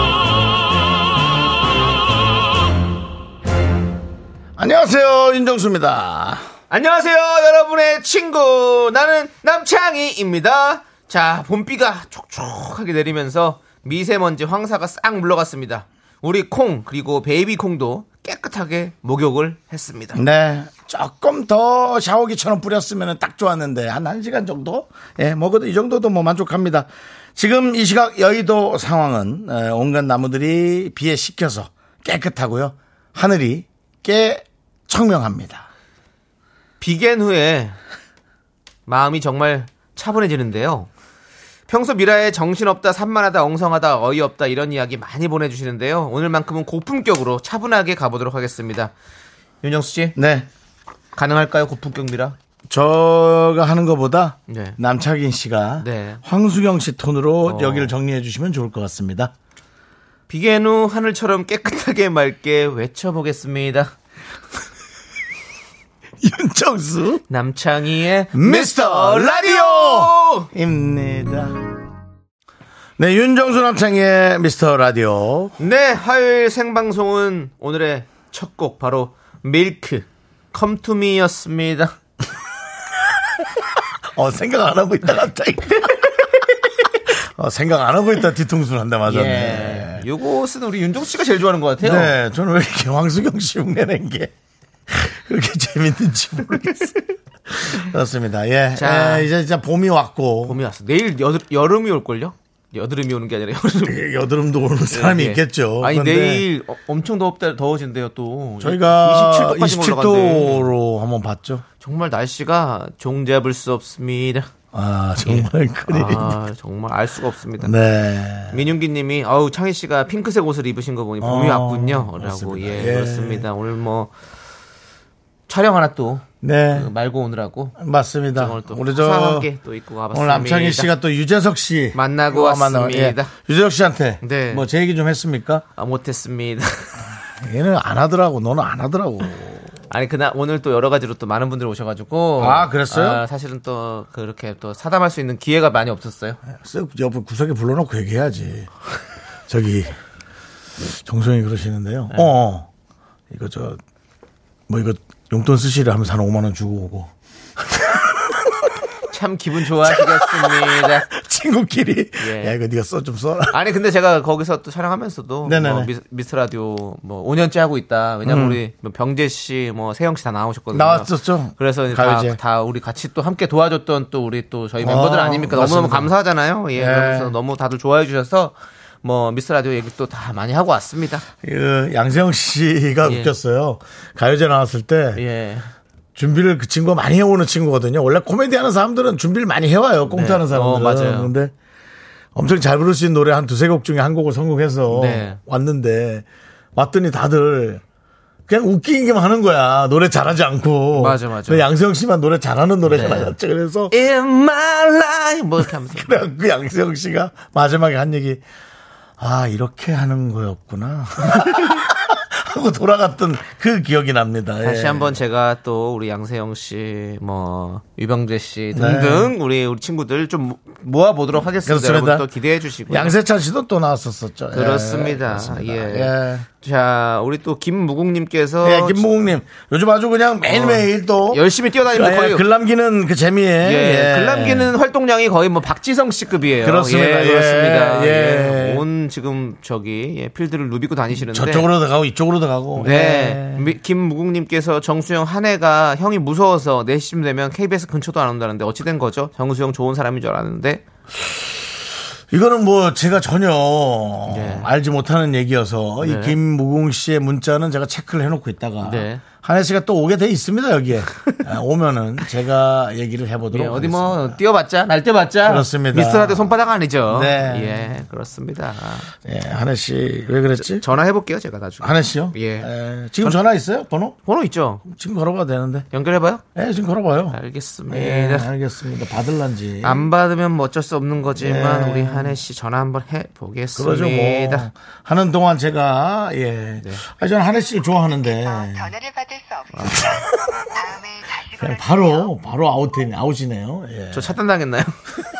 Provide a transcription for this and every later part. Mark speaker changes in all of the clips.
Speaker 1: 안녕하세요, 윤정수입니다.
Speaker 2: 안녕하세요, 여러분의 친구. 나는 남창희입니다. 자, 봄비가 촉촉하게 내리면서 미세먼지 황사가 싹 물러갔습니다. 우리 콩, 그리고 베이비 콩도 깨끗하게 목욕을 했습니다.
Speaker 1: 네. 조금 더 샤워기처럼 뿌렸으면 딱 좋았는데, 한 1시간 정도? 예, 먹어도 이 정도도 뭐 만족합니다. 지금 이 시각 여의도 상황은 에, 온갖 나무들이 비에 식혀서 깨끗하고요. 하늘이 깨 청명합니다.
Speaker 2: 비겐 후에 마음이 정말 차분해지는데요. 평소 미라에 정신없다, 산만하다, 엉성하다, 어이없다 이런 이야기 많이 보내주시는데요. 오늘만큼은 고품격으로 차분하게 가보도록 하겠습니다. 윤정수 씨,
Speaker 1: 네.
Speaker 2: 가능할까요? 고품격 미라?
Speaker 1: 저가 하는 것보다
Speaker 2: 네.
Speaker 1: 남창인 씨가
Speaker 2: 네.
Speaker 1: 황수경 씨 톤으로
Speaker 2: 어.
Speaker 1: 여기를 정리해 주시면 좋을 것 같습니다.
Speaker 2: 비겐 후 하늘처럼 깨끗하게 맑게 외쳐보겠습니다.
Speaker 1: 윤정수
Speaker 2: 남창희의
Speaker 1: 미스터 라디오! 입니다. 네, 윤정수 남창의 미스터 라디오.
Speaker 2: 네, 화요일 생방송은 오늘의 첫 곡 바로 밀크 컴투미였습니다.
Speaker 1: 어, 생각 안 하고 있다, 갑자기. 어, 생각 안 하고 있다, 뒤통수를 한다, 맞았네.
Speaker 2: 예. 요것은 우리 윤종 씨가 제일 좋아하는 것 같아요.
Speaker 1: 네, 저는 왜 이렇게 황수경 씨 흉내낸 게 그렇게 재밌는지 모르겠어요. 그렇습니다. 예.
Speaker 2: 자.
Speaker 1: 예, 이제 진짜 봄이 왔고.
Speaker 2: 봄이 왔어. 내일 여, 름이 올걸요? 여드름이 오는 게 아니라 여름.
Speaker 1: 예, 여드름도 오는 사람이
Speaker 2: 예.
Speaker 1: 있겠죠.
Speaker 2: 아니
Speaker 1: 그런데
Speaker 2: 내일 어- 엄청 더웠다 더워진대요 또.
Speaker 1: 저희가
Speaker 2: 27도까지 올라간대.
Speaker 1: 27도로 한번 봤죠.
Speaker 2: 정말 날씨가 종잡을 수 없습니다.
Speaker 1: 아, 정말 큰일.
Speaker 2: 예. 아 정말 알 수가 없습니다.
Speaker 1: 네.
Speaker 2: 민윤기님이 아우 창희 씨가 핑크색 옷을 입으신 거 보니 봄이
Speaker 1: 어,
Speaker 2: 왔군요라고
Speaker 1: 그렇습니다.
Speaker 2: 예,
Speaker 1: 예.
Speaker 2: 그렇습니다. 오늘 뭐 촬영 하나 또
Speaker 1: 네.
Speaker 2: 그 말고 오느라고
Speaker 1: 맞습니다.
Speaker 2: 오늘 또
Speaker 1: 우리 저
Speaker 2: 화사하게 또 입고 와봤습니다.
Speaker 1: 오늘 남창희 씨가 또 유재석 씨
Speaker 2: 만나고
Speaker 1: 와, 만나-
Speaker 2: 왔습니다.
Speaker 1: 예. 유재석 씨한테
Speaker 2: 네.
Speaker 1: 뭐 제 얘기 좀 했습니까?
Speaker 2: 아, 못했습니다.
Speaker 1: 얘는 안 하더라고. 너는 안 하더라고.
Speaker 2: 아니 그날 오늘 또 여러 가지로 또 많은 분들이 오셔가지고
Speaker 1: 아, 그랬어요?
Speaker 2: 사실은 또 그렇게 또 사담할 수 있는 기회가 많이 없었어요.
Speaker 1: 쓱 옆에 구석에 불러놓고 얘기해야지. 저기 정성이 그러시는데요.
Speaker 2: 네.
Speaker 1: 어, 어, 이거 저 뭐 이거 용돈 쓰시라 하면서 한 5만 원 주고 오고
Speaker 2: 참 기분 좋아하시겠습니다.
Speaker 1: 친구끼리
Speaker 2: 예.
Speaker 1: 야 이거 네가 써 좀 써라.
Speaker 2: 아니 근데 제가 거기서 또 촬영하면서도
Speaker 1: 네네네. 음.
Speaker 2: 뭐 미, 스 라디오 뭐 5년째 하고 있다. 왜냐면 우리 뭐 병재 씨, 뭐 세영 씨 다 나오셨거든요.
Speaker 1: 나왔었죠.
Speaker 2: 그래서
Speaker 1: 가요제.
Speaker 2: 다, 다 우리 같이 또 함께 도와줬던 또 우리 또 저희 멤버들
Speaker 1: 아,
Speaker 2: 아닙니까? 너무너무
Speaker 1: 맞습니다.
Speaker 2: 감사하잖아요. 예. 그래서 너무 다들 좋아해 주셔서 뭐 미스 라디오 얘기 또 다 많이 하고 왔습니다.
Speaker 1: 그 양세형 씨가
Speaker 2: 예.
Speaker 1: 웃겼어요. 가요제 나왔을 때
Speaker 2: 예.
Speaker 1: 준비를 그 친구가 많이 해오는 친구거든요. 원래 코미디 하는 사람들은 준비를 많이 해와요. 꽁트하는
Speaker 2: 네.
Speaker 1: 사람들은.
Speaker 2: 어, 맞아요.
Speaker 1: 근데 엄청 잘 부를 수 있는 노래 한 두세 곡 중에 한 곡을 선곡해서
Speaker 2: 네.
Speaker 1: 왔는데 왔더니 다들 그냥 웃기기만 하는 거야. 노래 잘하지 않고.
Speaker 2: 맞아, 맞아.
Speaker 1: 근데 양세형 씨만 노래 잘하는 노래가
Speaker 2: 네.
Speaker 1: 나왔죠. 그래서
Speaker 2: In my life 뭐 이렇게 하면서
Speaker 1: 그냥 그 양세형 씨가 마지막에 한 얘기 아 이렇게 하는 거였구나 하고 돌아갔던 그 기억이 납니다. 예.
Speaker 2: 다시 한번 제가 또 우리 양세형 씨, 뭐 유병재
Speaker 1: 네.
Speaker 2: 씨 등등 우리 우리 친구들 좀 모아 보도록 하겠습니다.
Speaker 1: 그렇습니다.
Speaker 2: 여러분 또 기대해 주시고요.
Speaker 1: 양세찬 씨도 또 나왔었었죠. 예,
Speaker 2: 그렇습니다.
Speaker 1: 그렇습니다.
Speaker 2: 예.
Speaker 1: 예.
Speaker 2: 자, 우리 또 김무국님께서
Speaker 1: 예, 김무국님 요즘 아주 그냥 매일매일 또
Speaker 2: 어, 열심히 뛰어다니는
Speaker 1: 예,
Speaker 2: 거예요.
Speaker 1: 글 남기는 그 재미에
Speaker 2: 예,
Speaker 1: 예.
Speaker 2: 글남기는 활동량이 거의 뭐 박지성 씨급이에요.
Speaker 1: 그렇습니다.
Speaker 2: 예, 그렇습니다.
Speaker 1: 예.
Speaker 2: 예, 온 지금 저기 예, 필드를 누비고 다니시는데
Speaker 1: 저쪽으로도 가고 이쪽으로도 가고
Speaker 2: 네.
Speaker 1: 예.
Speaker 2: 미- 김무국님께서 정수영 한 해가 형이 무서워서 4시쯤 되면 KBS 근처도 안 온다는데 어찌된 거죠? 정수영 좋은 사람인 줄 알았는데.
Speaker 1: 이거는 뭐 제가 전혀
Speaker 2: 예.
Speaker 1: 알지 못하는 얘기여서
Speaker 2: 네.
Speaker 1: 이 김무궁 씨의 문자는 제가 체크를 해놓고 있다가
Speaker 2: 네.
Speaker 1: 한혜 씨가 또 오게 돼 있습니다, 여기에. 아, 오면은 제가 얘기를 해보도록
Speaker 2: 예, 어디
Speaker 1: 하겠습니다.
Speaker 2: 뭐 뛰어봤자 날뛰어봤자
Speaker 1: 그렇습니다.
Speaker 2: 미스라드 손바닥 아니죠.
Speaker 1: 네.
Speaker 2: 예, 그렇습니다.
Speaker 1: 예, 한혜 씨 왜 그랬지?
Speaker 2: 전화해 볼게요, 제가 나중에.
Speaker 1: 한혜 씨요?
Speaker 2: 예.
Speaker 1: 지금 전화 있어요? 번호?
Speaker 2: 번호 있죠?
Speaker 1: 지금 걸어봐도 되는데.
Speaker 2: 연결해봐요.
Speaker 1: 예, 지금 걸어봐요.
Speaker 2: 알겠습니다.
Speaker 1: 예,
Speaker 2: 네.
Speaker 1: 알겠습니다. 받을란지.
Speaker 2: 안 받으면 뭐 어쩔 수 없는 거지만
Speaker 1: 예.
Speaker 2: 우리 한혜 씨 전화 한번 해
Speaker 1: 그러죠 뭐
Speaker 2: 보겠습니다. 네.
Speaker 1: 하는 동안 제가 예. 아 저는 한혜 씨를 좋아하는데
Speaker 3: 전화를 받을 수 없습니다. 다음에 다시
Speaker 1: 네. 그냥
Speaker 3: 걸어
Speaker 1: 바로 바로 아웃이 아웃이네요. 예.
Speaker 2: 저 차단당했나요?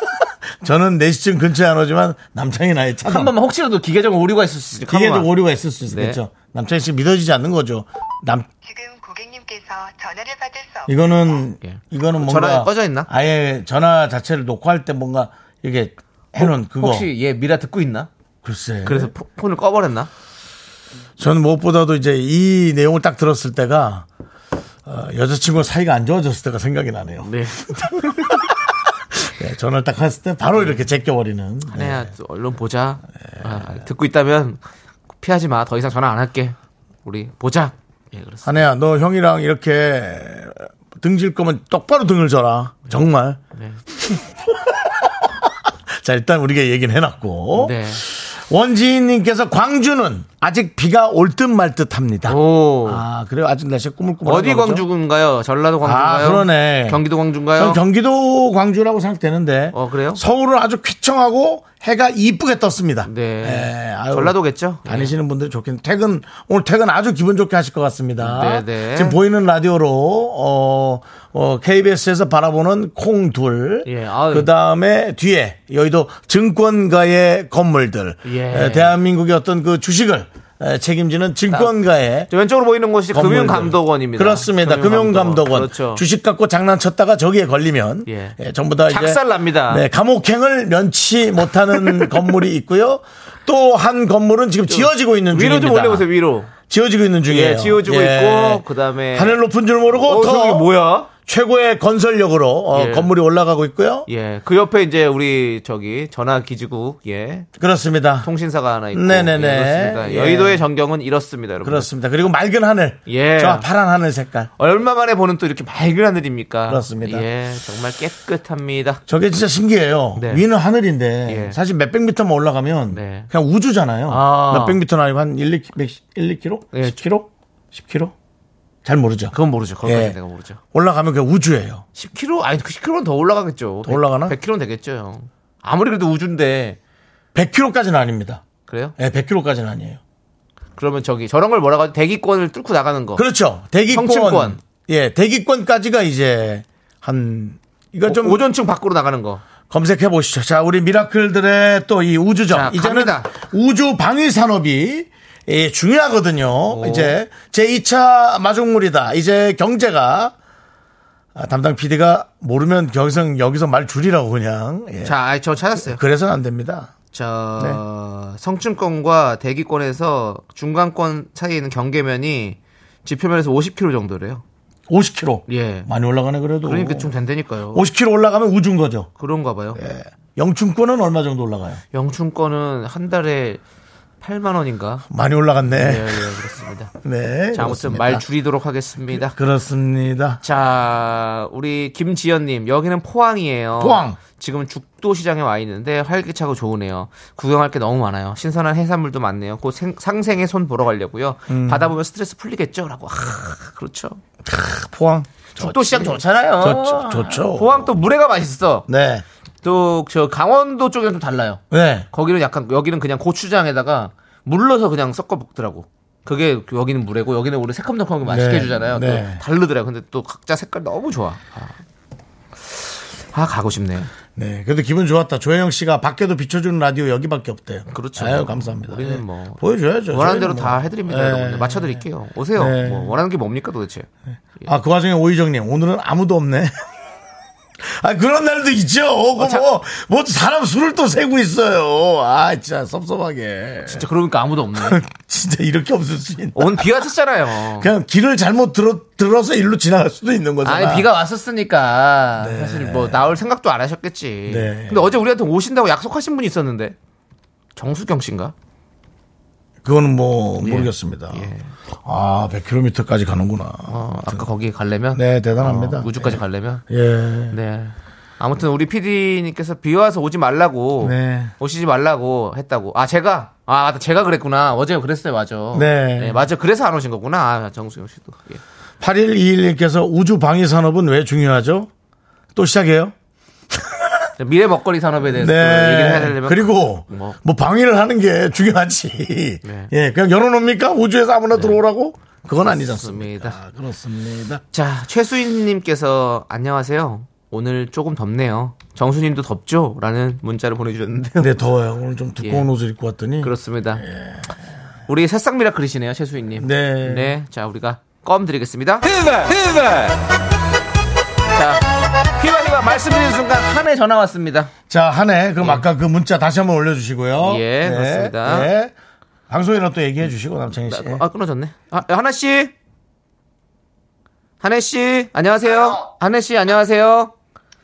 Speaker 1: 저는 4시쯤 근처에 안 오지만 남창이 나의 차단.
Speaker 2: 한 번만 네. 혹시라도 기계적으로 오류가 있을 수 있으니까. 한
Speaker 1: 기계도
Speaker 2: 번만.
Speaker 1: 오류가 있을 수 있겠죠. 남창이 씨 믿어지지 않는 거죠. 남
Speaker 3: 지금 고객님께서 전화를 받을 수 없습니다.
Speaker 1: 이거는
Speaker 2: 예.
Speaker 1: 이거는 뭔가
Speaker 2: 전화 꺼져 있나?
Speaker 1: 아예 전화 자체를 녹화할 때 뭔가 이게 해놓은 그거.
Speaker 2: 혹시 얘 미라 듣고 있나?
Speaker 1: 글쎄.
Speaker 2: 그래서 포- 폰을 꺼버렸나?
Speaker 1: 저는 무엇보다도 이제 이 내용을 딱 들었을 때가 어, 여자친구와 사이가 안 좋아졌을 때가 생각이 나네요.
Speaker 2: 네.
Speaker 1: 네, 전화를 딱 했을 때 바로 이렇게 제껴버리는. 네.
Speaker 2: 한혜야 또 언론 보자. 아, 듣고 있다면 피하지 마. 더 이상 전화 안 할게. 우리 보자. 예, 그렇습니다.
Speaker 1: 한혜야, 너 형이랑 이렇게 등질 거면 똑바로 등을 져라. 정말.
Speaker 2: 네.
Speaker 1: 자, 일단 우리가 얘기는 해놨고.
Speaker 2: 네.
Speaker 1: 원지인님께서 광주는 아직 비가 올 듯 말 듯 합니다.
Speaker 2: 오.
Speaker 1: 아, 그래요? 아직 날씨 꾸물꾸물.
Speaker 2: 어디 광주군가요? 전라도 광주인가요?
Speaker 1: 아, 그러네.
Speaker 2: 경기도
Speaker 1: 전
Speaker 2: 광주인가요?
Speaker 1: 경기도 광주라고 생각되는데.
Speaker 2: 어, 그래요?
Speaker 1: 서울은 아주 쾌청하고 해가 이쁘게 떴습니다.
Speaker 2: 네.
Speaker 1: 예, 아유,
Speaker 2: 전라도겠죠? 예.
Speaker 1: 다니시는 분들이 좋긴 퇴근 오늘 퇴근 아주 기분 좋게 하실 것 같습니다.
Speaker 2: 네, 네.
Speaker 1: 지금 보이는 라디오로 어, KBS에서 바라보는 콩둘
Speaker 2: 예, 아유.
Speaker 1: 그다음에 뒤에 여의도 증권가의 건물들
Speaker 2: 예.
Speaker 1: 에, 대한민국의 어떤 그 주식을 에, 책임지는 증권가의
Speaker 2: 저 왼쪽으로 보이는 곳이
Speaker 1: 건물들.
Speaker 2: 금융감독원입니다.
Speaker 1: 그렇습니다. 금융감독원.
Speaker 2: 그렇죠.
Speaker 1: 주식 갖고 장난쳤다가 저기에 걸리면
Speaker 2: 예.
Speaker 1: 예, 전부 다
Speaker 2: 작살 납니다.
Speaker 1: 네, 감옥행을 면치 못하는 건물이 있고요. 또 한 건물은 지금 지어지고 있는
Speaker 2: 위로
Speaker 1: 중입니다.
Speaker 2: 좀 올려보세요. 위로.
Speaker 1: 지어지고 있는 중이에요.
Speaker 2: 예, 지어지고 있고, 그다음에-
Speaker 1: 하늘 높은 줄 모르고
Speaker 2: 어,
Speaker 1: 더
Speaker 2: 저기 뭐야?
Speaker 1: 최고의 건설력으로 어,
Speaker 2: 예.
Speaker 1: 건물이 올라가고 있고요.
Speaker 2: 예, 그 옆에 이제 우리 저기 전화 기지국 예
Speaker 1: 그렇습니다.
Speaker 2: 통신사가 하나 있고
Speaker 1: 네네네.
Speaker 2: 예, 그렇습니다.
Speaker 1: 예.
Speaker 2: 여의도의 전경은 이렇습니다, 여러분.
Speaker 1: 그렇습니다. 그리고 맑은 하늘.
Speaker 2: 예.
Speaker 1: 저 파란 하늘 색깔.
Speaker 2: 얼마 만에 보는 또 이렇게 맑은 하늘입니까?
Speaker 1: 그렇습니다.
Speaker 2: 예, 정말 깨끗합니다.
Speaker 1: 저게 진짜 신기해요.
Speaker 2: 네.
Speaker 1: 위는 하늘인데
Speaker 2: 예.
Speaker 1: 사실 몇백 미터만 올라가면
Speaker 2: 네.
Speaker 1: 그냥 우주잖아요.
Speaker 2: 아.
Speaker 1: 몇백 미터는 아니고 한 1, 2, 1, 2km?
Speaker 2: 예.
Speaker 1: 10km? 10km? 잘 모르죠.
Speaker 2: 그건 모르죠. 그건
Speaker 1: 예.
Speaker 2: 내가 모르죠.
Speaker 1: 올라가면 그냥 우주예요.
Speaker 2: 10km 아니 10km는 더 올라가겠죠.
Speaker 1: 더 올라가나?
Speaker 2: 100km는 되겠죠. 형. 아무리 그래도 우주인데
Speaker 1: 100km까지는 아닙니다.
Speaker 2: 그래요?
Speaker 1: 예, 100km까지는 아니에요.
Speaker 2: 그러면 저기 저런 걸 뭐라고 하죠? 대기권을 뚫고 나가는 거.
Speaker 1: 그렇죠. 대기권.
Speaker 2: 성층권.
Speaker 1: 예, 대기권까지가 이제 한 이거 그러니까 좀
Speaker 2: 오, 전층 밖으로 나가는 거.
Speaker 1: 검색해 보시죠. 자, 우리 미라클들의 또 이 우주정
Speaker 2: 자,
Speaker 1: 이제는
Speaker 2: 갑니다.
Speaker 1: 우주 방위 산업이 예, 중요하거든요. 이제 제 2차 마중물이다. 이제 경제가 아, 담당 PD가 모르면 여기서 여기서 말 줄이라고 그냥. 예.
Speaker 2: 자, 아이, 저 찾았어요.
Speaker 1: 그래서는 안 됩니다.
Speaker 2: 저
Speaker 1: 네.
Speaker 2: 성층권과 대기권에서 중간권 사이에 있는 경계면이 지표면에서 50km 정도래요.
Speaker 1: 50km.
Speaker 2: 예.
Speaker 1: 많이 올라가네 그래도.
Speaker 2: 그러니까 좀 된다니까요.
Speaker 1: 50km 올라가면 우주인 거죠.
Speaker 2: 그런가 봐요.
Speaker 1: 예. 영춘권은 얼마 정도 올라가요?
Speaker 2: 영춘권은 한 달에 8만 원인가?
Speaker 1: 많이 올라갔네.
Speaker 2: 예, 예, 그렇습니다.
Speaker 1: 네.
Speaker 2: 자, 아무튼
Speaker 1: 그렇습니다.
Speaker 2: 말 줄이도록 하겠습니다.
Speaker 1: 그렇습니다.
Speaker 2: 자, 우리 김지연님, 여기는 포항이에요.
Speaker 1: 포항.
Speaker 2: 지금 죽도시장에 와 있는데 활기차고 좋으네요. 구경할 게 너무 많아요. 신선한 해산물도 많네요. 곧 생- 상생의 손 보러 가려고요.
Speaker 1: 음.
Speaker 2: 바다 보면 스트레스 풀리겠죠? 라고. 하, 그렇죠.
Speaker 1: 포항.
Speaker 2: 죽도시장 좋잖아요.
Speaker 1: 좋죠. 좋죠.
Speaker 2: 포항 또 물회가 맛있어.
Speaker 1: 네.
Speaker 2: 또 저 강원도 쪽이랑 좀 달라요.
Speaker 1: 네.
Speaker 2: 거기는 약간, 여기는 그냥 고추장에다가 물러서 그냥 섞어 먹더라고. 그게 여기는 물회고 여기는 원래 새콤달콤하게 맛있게
Speaker 1: 네,
Speaker 2: 해주잖아요. 또
Speaker 1: 네.
Speaker 2: 다르더라고. 근데 또 각자 색깔 너무 좋아. 아, 아, 가고 싶네.
Speaker 1: 네. 그래도 기분 좋았다. 조혜영 씨가 밖에도 비춰주는 라디오 여기밖에 없대요.
Speaker 2: 그렇죠.
Speaker 1: 아유, 감사합니다.
Speaker 2: 우리는
Speaker 1: 예.
Speaker 2: 뭐
Speaker 1: 보여줘야죠. 저희는
Speaker 2: 원하는 대로
Speaker 1: 뭐.
Speaker 2: 다 해드립니다.
Speaker 1: 예.
Speaker 2: 여러분들 맞춰드릴게요. 오세요.
Speaker 1: 네.
Speaker 2: 뭐 원하는 게 뭡니까 도대체?
Speaker 1: 아, 그 와중에 오희정님, 오늘은 아무도 없네. 아, 그런 날도 있죠.
Speaker 2: 아,
Speaker 1: 뭐, 뭐, 뭐 사람 술을 또 세고 있어요. 아, 진짜 섭섭하게.
Speaker 2: 진짜 그러니까 아무도 없네.
Speaker 1: 진짜 이렇게 없을 수 있나.
Speaker 2: 오늘 비가 왔었잖아요.
Speaker 1: 그냥 길을 잘못 들어, 들어서 일로 지나갈 수도 있는 거잖아.
Speaker 2: 아니 비가 왔었으니까 사실 뭐 나올 생각도 안 하셨겠지.
Speaker 1: 네.
Speaker 2: 근데 어제 우리한테 오신다고 약속하신 분이 있었는데 정수경 씨인가?
Speaker 1: 그거는
Speaker 2: 예.
Speaker 1: 뭐 모르겠습니다. 아 100km까지 가는구나.
Speaker 2: 어, 아까 거기 가려면
Speaker 1: 네, 대단합니다.
Speaker 2: 어, 우주까지
Speaker 1: 예.
Speaker 2: 가려면
Speaker 1: 예.
Speaker 2: 네. 아무튼 우리 PD님께서 비 와서 오지 말라고
Speaker 1: 네.
Speaker 2: 오시지 말라고 했다고. 아 제가 아 맞다. 제가 그랬구나. 어제 그랬어요. 맞아.
Speaker 1: 네.
Speaker 2: 맞아. 그래서 안 오신 거구나. 아, 정수영 씨도. 예.
Speaker 1: 8121님께서 우주 방위 산업은 왜 중요하죠? 또 시작해요?
Speaker 2: 미래 먹거리 산업에 대해서 얘기를 해야
Speaker 1: 네.
Speaker 2: 되려면
Speaker 1: 그리고 뭐.
Speaker 2: 뭐.
Speaker 1: 방위를 하는 게 중요하지.
Speaker 2: 네.
Speaker 1: 예, 그냥 열어놓습니까? 우주에서 아무나 들어오라고? 그건 아니지 않습니까?
Speaker 2: 그렇습니다.
Speaker 1: 그렇습니다.
Speaker 2: 자, 최수인님께서 안녕하세요. 오늘 조금 덥네요. 정수님도 덥죠? 라는 문자를 보내주셨는데요.
Speaker 1: 네, 더워요. 오늘 좀 두꺼운
Speaker 2: 예.
Speaker 1: 옷을 입고 왔더니.
Speaker 2: 그렇습니다. 우리 새싹 미라클이시네요, 최수인님.
Speaker 1: 예. 네.
Speaker 2: 네. 자, 우리가 껌 드리겠습니다. 히바! 히바! 자, 히바, 히바 말씀드리는 순간 한 해 전화 왔습니다.
Speaker 1: 자, 한해 그럼 아까 그 문자 다시 한번 올려주시고요.
Speaker 2: 예, 그렇습니다.
Speaker 1: 네. 방송이랑 또 얘기해 주시고, 남창희 씨.
Speaker 2: 아, 끊어졌네. 아, 하나씨! 한혜씨, 안녕하세요. 한혜씨, 안녕하세요.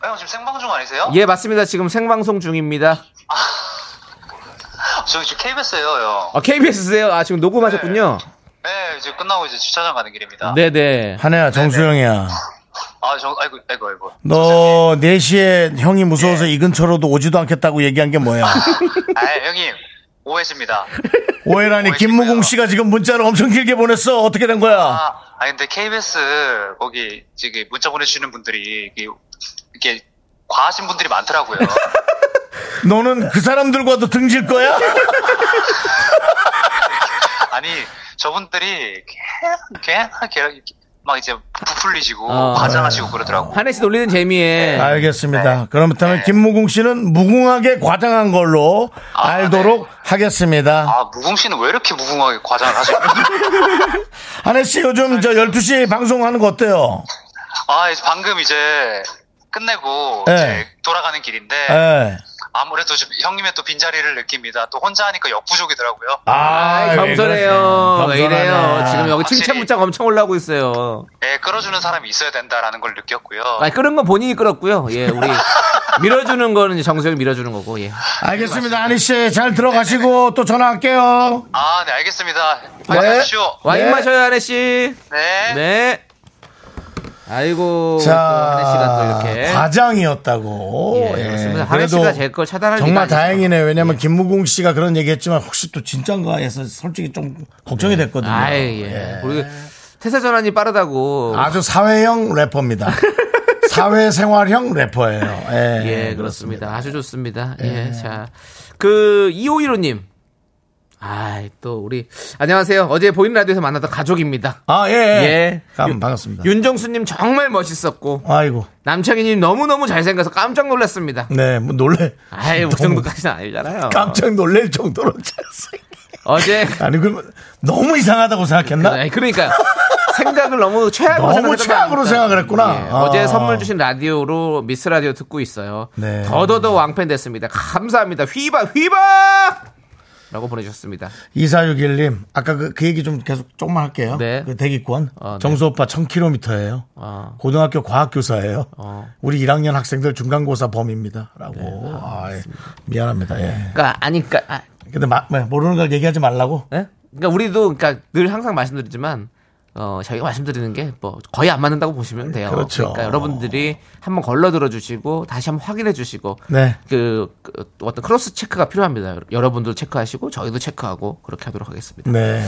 Speaker 3: 아, 형 지금 생방송 아니세요?
Speaker 2: 예, 맞습니다. 지금 생방송 중입니다.
Speaker 3: 저기 지금 KBS에요, 형.
Speaker 2: 아, KBS세요? 아, 지금 녹음하셨군요.
Speaker 3: 네, 이제 끝나고 이제 주차장 가는 길입니다.
Speaker 2: 네네.
Speaker 1: 한해야, 정수영이야.
Speaker 3: 아, 저, 아이고, 아이고, 아이고.
Speaker 1: 너
Speaker 2: 네.
Speaker 1: 4시에 형이 무서워서
Speaker 2: 예.
Speaker 1: 이 근처로도 오지도 않겠다고 얘기한 게 뭐야?
Speaker 3: 아, 형님, 오해했습니다.
Speaker 1: 오해라니 김무공 씨가 지금 문자를 엄청 길게 보냈어. 어떻게 된 거야?
Speaker 3: 아, 아니, 근데 KBS 거기 지금 문자 보내주시는 분들이 이게, 이게 과하신 분들이 많더라고요.
Speaker 1: 너는 그 사람들과도 등질 거야?
Speaker 3: 아니, 저분들이 계속, 계속, 막 이제 부풀리시고
Speaker 2: 아.
Speaker 3: 과장하시고 그러더라고.
Speaker 2: 한혜 씨 놀리는 재미에
Speaker 1: 알겠습니다.
Speaker 3: 네.
Speaker 1: 그렇다면 김무공 씨는 무궁하게 과장한 걸로
Speaker 3: 아,
Speaker 1: 알도록
Speaker 2: 네.
Speaker 1: 하겠습니다.
Speaker 3: 아, 무궁 씨는 왜 이렇게 무궁하게 과장을 하시는지.
Speaker 1: 한혜 씨 요즘 저 12시 방송하는 거 어때요?
Speaker 3: 아, 이제 방금 이제 끝내고
Speaker 1: 네.
Speaker 3: 이제 돌아가는 길인데
Speaker 2: 네.
Speaker 1: 예.
Speaker 3: 아무래도 좀 형님의 또 빈자리를 느낍니다. 또 혼자 하니까 역부족이더라고요.
Speaker 2: 아,
Speaker 1: 왜
Speaker 2: 겸손해요.
Speaker 1: 그러세요?
Speaker 2: 왜 이래요?
Speaker 1: 겸손하네.
Speaker 2: 지금 여기 칭찬
Speaker 3: 확실히.
Speaker 2: 문자가 엄청 올라오고 있어요.
Speaker 3: 예, 끌어주는 사람이 있어야 된다라는 걸 느꼈고요.
Speaker 2: 아니, 끓은 건 본인이 끓었고요. 예, 우리 밀어주는 거는 이제 정수영이 밀어주는 거고. 예.
Speaker 1: 알겠습니다. 한혜 씨 잘
Speaker 2: 네.
Speaker 1: 들어가시고 또 전화할게요.
Speaker 3: 아, 네, 알겠습니다. 안녕하십시오.
Speaker 2: 와인
Speaker 1: 네.
Speaker 2: 마셔요, 한혜 씨.
Speaker 3: 네.
Speaker 2: 네. 아이고, 또 한혜 씨가 또 이렇게.
Speaker 1: 과장이었다고.
Speaker 2: 예, 그렇습니다. 한혜 씨가 제 걸 차단할
Speaker 1: 정말
Speaker 2: 리가 아니죠.
Speaker 1: 다행이네. 요 왜냐면 김무공 씨가 그런 얘기했지만 혹시 또 진짠가 해서 솔직히 좀 걱정이 됐거든요.
Speaker 2: 아이, 예. 우리 태세 전환이 빠르다고.
Speaker 1: 아주 사회형 래퍼입니다. 사회생활형 래퍼예요. 예,
Speaker 2: 예, 그렇습니다. 아주 좋습니다. 예, 자. 그, 2515님. 아이, 또, 우리. 안녕하세요. 어제 보이는 라디오에서 만났던 가족입니다.
Speaker 1: 아, 예. 예.
Speaker 2: 예.
Speaker 1: 감,
Speaker 2: 유-
Speaker 1: 반갑습니다.
Speaker 2: 윤정수님 정말 멋있었고,
Speaker 1: 아이고.
Speaker 2: 남창희님 너무너무 잘생겨서 깜짝 놀랐습니다.
Speaker 1: 네, 뭐 놀래.
Speaker 2: 아이, 그
Speaker 1: 너무
Speaker 2: 정도까지는 아니잖아요.
Speaker 1: 깜짝 놀랄 정도로 잘생
Speaker 2: 어제.
Speaker 1: 아니, 그러면 너무 이상하다고 생각했나?
Speaker 2: 아니, 그러니까요. 생각을 너무 최악으로
Speaker 1: 너무
Speaker 2: 생각했던 거
Speaker 1: 최악으로
Speaker 2: 아닙니까?
Speaker 1: 생각을 했구나.
Speaker 2: 예,
Speaker 1: 아.
Speaker 2: 어제 선물 주신 라디오로 미스 라디오 듣고 있어요.
Speaker 1: 네.
Speaker 2: 더더더 왕팬 됐습니다. 감사합니다. 휘바 휘바! 라고 보내주셨습니다.
Speaker 1: 2461님, 아까 그, 그 얘기 좀 계속 조금만 할게요.
Speaker 2: 네.
Speaker 1: 그 대기권.
Speaker 2: 아, 네.
Speaker 1: 정수 오빠 1000km예요.
Speaker 2: 아.
Speaker 1: 고등학교 과학교사예요.
Speaker 2: 어. 네,
Speaker 1: 우리 1학년 학생들 중간고사 범입니다. 라고. 아, 예. 미안합니다. 예.
Speaker 2: 그러니까 아니 그러니까 아,
Speaker 1: 근데 마- 뭐, 모르는 걸 얘기하지 말라고.
Speaker 2: 예? 그러니까 우리도 그러니까 늘 항상 말씀드리지만 어, 저희가 말씀드리는 게 뭐 거의 안 맞는다고 보시면 돼요.
Speaker 1: 그렇죠.
Speaker 2: 러니까 여러분들이 한번 걸러 들어 주시고 다시 한번 확인해 주시고
Speaker 1: 네.
Speaker 2: 그, 그 어떤 크로스 체크가 필요합니다. 여러분도 체크하시고 저희도 체크하고 그렇게 하도록 하겠습니다.
Speaker 1: 네.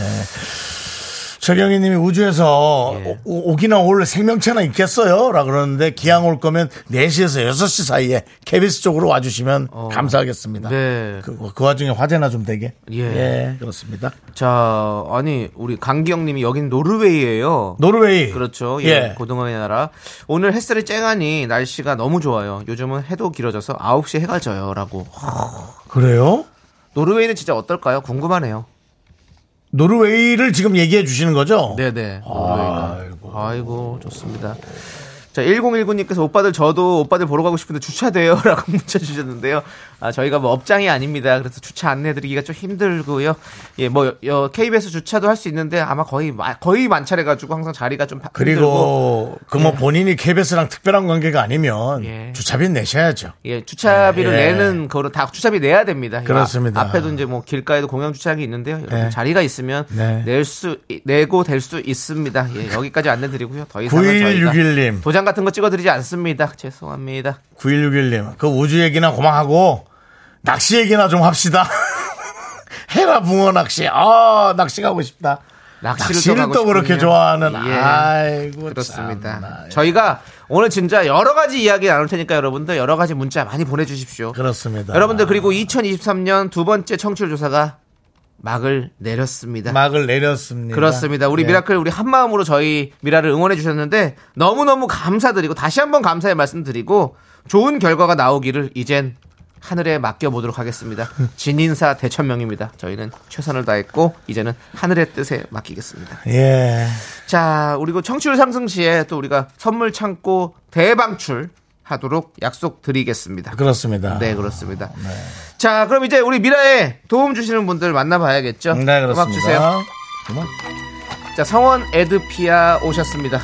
Speaker 1: 최경희 님이 우주에서
Speaker 2: 예.
Speaker 1: 오, 기나올 생명체나 있겠어요? 라 그러는데 기왕 올 거면 4시에서 6시 사이에 KBS 쪽으로 와주시면 감사하겠습니다.
Speaker 2: 어. 네.
Speaker 1: 그, 그 와중에 화제나 좀 되게.
Speaker 2: 예.
Speaker 1: 예, 그렇습니다.
Speaker 2: 자, 아니 우리 강기영 님이 여긴 노르웨이예요.
Speaker 1: 노르웨이.
Speaker 2: 그렇죠. 예.
Speaker 1: 예.
Speaker 2: 고등어의 나라. 오늘 햇살이 쨍하니 날씨가 너무 좋아요. 요즘은 해도 길어져서 9시에 해가 져요라고.
Speaker 1: 그래요?
Speaker 2: 노르웨이는 진짜 어떨까요? 궁금하네요.
Speaker 1: 노르웨이를 지금 얘기해 주시는 거죠?
Speaker 2: 네네. 노르웨이가.
Speaker 1: 아이고.
Speaker 2: 아이고 좋습니다. 자, 1019님께서 오빠들 저도 오빠들 보러 가고 싶은데 주차돼요. 라고 문자 주셨는데요. 아, 저희가 뭐 업장이 아닙니다. 그래서 주차 안내드리기가 좀 힘들고요. 예, 뭐, 여- 여, KBS 주차도 할 수 있는데 아마 거의, 마- 거의 만찰해가지고 항상 자리가 좀. 바- 힘들고
Speaker 1: 그리고 그 뭐 본인이 KBS랑 특별한 관계가 아니면
Speaker 2: 예.
Speaker 1: 주차비 는 내셔야죠.
Speaker 2: 예, 주차비를
Speaker 1: 예.
Speaker 2: 내는 거로 다 주차비 내야 됩니다.
Speaker 1: 그렇습니다.
Speaker 2: 아, 앞에도 이제 뭐 길가에도 공영 주차장이 있는데요. 여러분
Speaker 1: 예.
Speaker 2: 자리가 있으면
Speaker 1: 네.
Speaker 2: 낼 수 내고 될 수 있습니다. 예, 여기까지 안내 드리고요. 더 이상은 저희가
Speaker 1: 9161님,
Speaker 2: 도장 같은 거 찍어 드리지 않습니다. 죄송합니다.
Speaker 1: 9161님, 그 우주 얘기나 고만하고 낚시 얘기나 좀 합시다. 해라 붕어 낚시. 아 낚시 가고 싶다.
Speaker 2: 낚시를,
Speaker 1: 낚시를
Speaker 2: 가고
Speaker 1: 또 그렇게
Speaker 2: 싶군요.
Speaker 1: 좋아하는
Speaker 2: 예.
Speaker 1: 아이고
Speaker 2: 그렇습니다.
Speaker 1: 참나.
Speaker 2: 저희가 오늘 진짜 여러 가지 이야기 나눌 테니까 여러분들 여러 가지 문자 많이 보내 주십시오.
Speaker 1: 그렇습니다.
Speaker 2: 여러분들 그리고 2023년 두 번째 청취율 조사가 막을 내렸습니다.
Speaker 1: 막을 내렸습니다.
Speaker 2: 그렇습니다. 우리
Speaker 1: 예.
Speaker 2: 미라클 우리 한 마음으로 저희 미라를 응원해 주셨는데 너무 너무 감사드리고 다시 한번 감사의 말씀드리고 좋은 결과가 나오기를 이젠 하늘에 맡겨 보도록 하겠습니다. 진인사 대천명입니다. 저희는 최선을 다했고 이제는 하늘의 뜻에 맡기겠습니다.
Speaker 1: 예.
Speaker 2: 자, 그리고 청취율 상승 시에 또 우리가 선물 창고 대방출 하도록 약속드리겠습니다.
Speaker 1: 그렇습니다.
Speaker 2: 네, 그렇습니다.
Speaker 1: 아,
Speaker 2: 자, 그럼 이제 우리 미라에 도움 주시는 분들 만나봐야겠죠.
Speaker 1: 네,
Speaker 2: 음악
Speaker 1: 그렇습니다.
Speaker 2: 주세요.
Speaker 1: 음악.
Speaker 2: 자, 성원 에드피아 오셨습니다.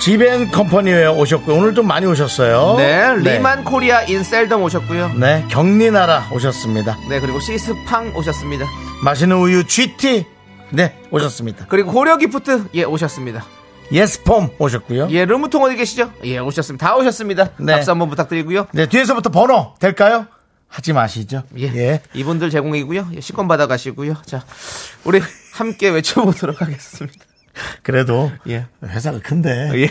Speaker 1: 지벤 컴퍼니에 오셨고요. 오늘 좀 많이 오셨어요.
Speaker 2: 네, 리만 코리아 인셀덤 오셨고요.
Speaker 1: 네, 경리나라 오셨습니다.
Speaker 2: 네, 그리고 시스팡 오셨습니다.
Speaker 1: 맛있는 우유 GT. 네, 오셨습니다.
Speaker 2: 그리고 고려 기프트 예 오셨습니다.
Speaker 1: 예스폼 오셨고요.
Speaker 2: 예, 르무통 어디 계시죠? 예, 오셨습니다. 다 오셨습니다.
Speaker 1: 네.
Speaker 2: 박수 한번 부탁드리고요.
Speaker 1: 네, 뒤에서부터 번호 될까요? 하지 마시죠.
Speaker 2: 예. 이분들 제공이고요. 예, 식권 받아 가시고요. 자, 우리 함께 외쳐 보도록 하겠습니다.
Speaker 1: 그래도
Speaker 2: 예.
Speaker 1: 회사가 큰데
Speaker 2: 예.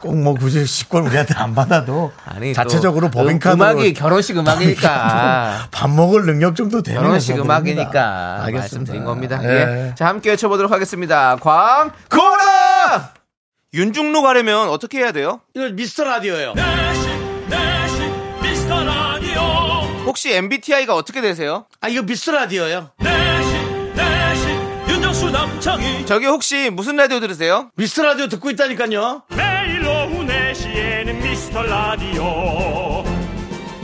Speaker 1: 꼭 뭐 굳이 식권 우리한테 안 받아도
Speaker 2: 아니, 또
Speaker 1: 자체적으로
Speaker 2: 음-
Speaker 1: 법인카드로
Speaker 2: 음악이 결혼식 음악이니까.
Speaker 1: 밥 먹을 능력 정도 되는
Speaker 2: 결혼식
Speaker 1: 회사들입니다.
Speaker 2: 음악이니까
Speaker 1: 알겠습니다.
Speaker 2: 말씀드린 겁니다.
Speaker 1: 예.
Speaker 2: 예. 자, 함께 외쳐보도록 하겠습니다. 광고라! 윤중로 가려면 어떻게 해야 돼요?
Speaker 4: 내식 내식 미스터 라디오
Speaker 2: 혹시 MBTI가 어떻게 되세요?
Speaker 4: 내식 내식 윤정수 남창희
Speaker 2: 저기 혹시 무슨 라디오 들으세요?
Speaker 4: 매일 오후 4시에는 미스터 라디오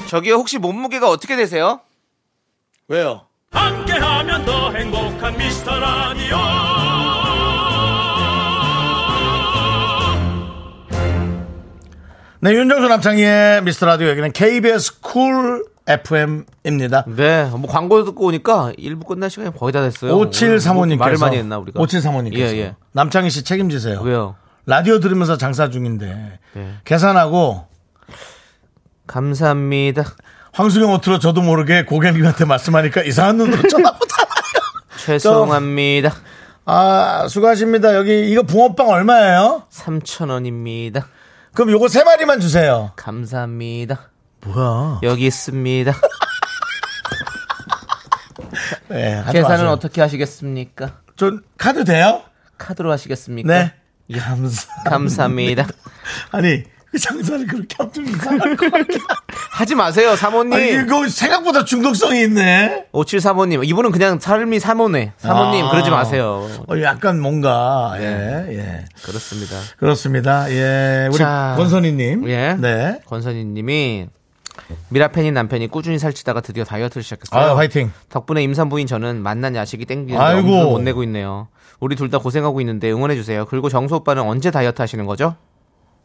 Speaker 2: 저기 혹시 몸무게가 어떻게 되세요?
Speaker 4: 함께하면 더 행복한 미스터 라디오
Speaker 1: 네, 윤정수 남창희의 미스터 라디오 여기는 KBS 쿨 FM입니다.
Speaker 2: 네, 뭐 광고 듣고 오니까 일부 끝날 시간이 거의 다 됐어요. 뭐
Speaker 1: 5735님께서
Speaker 2: 네, 말을 많이 했나 우리가?
Speaker 1: 5735님께서
Speaker 2: 예, 예.
Speaker 1: 남창희 씨 책임지세요.
Speaker 2: 왜요?
Speaker 1: 라디오 들으면서 장사 중인데
Speaker 2: 네.
Speaker 1: 계산하고
Speaker 2: 감사합니다.
Speaker 1: 황수경 오트로 저도 모르게 고객님한테 말씀하니까 이상한 눈으로 쳐다보다.
Speaker 2: 죄송합니다.
Speaker 1: 아 수고하십니다. 여기 이거 붕어빵 얼마예요?
Speaker 2: 3,000원입니다.
Speaker 1: 그럼 요거 세 마리만 주세요.
Speaker 2: 감사합니다.
Speaker 1: 뭐야?
Speaker 2: 여기 있습니다.
Speaker 1: 예, 하지
Speaker 2: 계산은
Speaker 1: 마세요.
Speaker 2: 어떻게 하시겠습니까?
Speaker 1: 전 카드 돼요?
Speaker 2: 카드로 하시겠습니까?
Speaker 1: 네. 감사.
Speaker 2: 감사합니다.
Speaker 1: 아니 그 장사를 그렇게 하면 좀 이상할 것 같아.
Speaker 2: 하지 마세요, 사모님.
Speaker 1: 아니 이거 생각보다 중독성이 있네.
Speaker 2: 57 사모님. 이분은 그냥 삶이 사모네. 사모님,
Speaker 1: 아.
Speaker 2: 그러지 마세요.
Speaker 1: 어, 약간 뭔가
Speaker 2: 네.
Speaker 1: 예 예.
Speaker 2: 그렇습니다.
Speaker 1: 그렇습니다. 예, 우리
Speaker 2: 자.
Speaker 1: 권선희님.
Speaker 2: 예.
Speaker 1: 네.
Speaker 2: 권선희 님이 미라팬인 남편이 꾸준히 살찌다가 드디어 다이어트를 시작했어요.
Speaker 1: 아, 화이팅.
Speaker 2: 덕분에 임산부인 저는 만난 야식이 땡기는데
Speaker 1: 아이고.
Speaker 2: 엄두를 못 내고 있네요. 우리 둘 다 고생하고 있는데 응원해주세요. 그리고 정수 오빠는 언제 다이어트 하시는 거죠?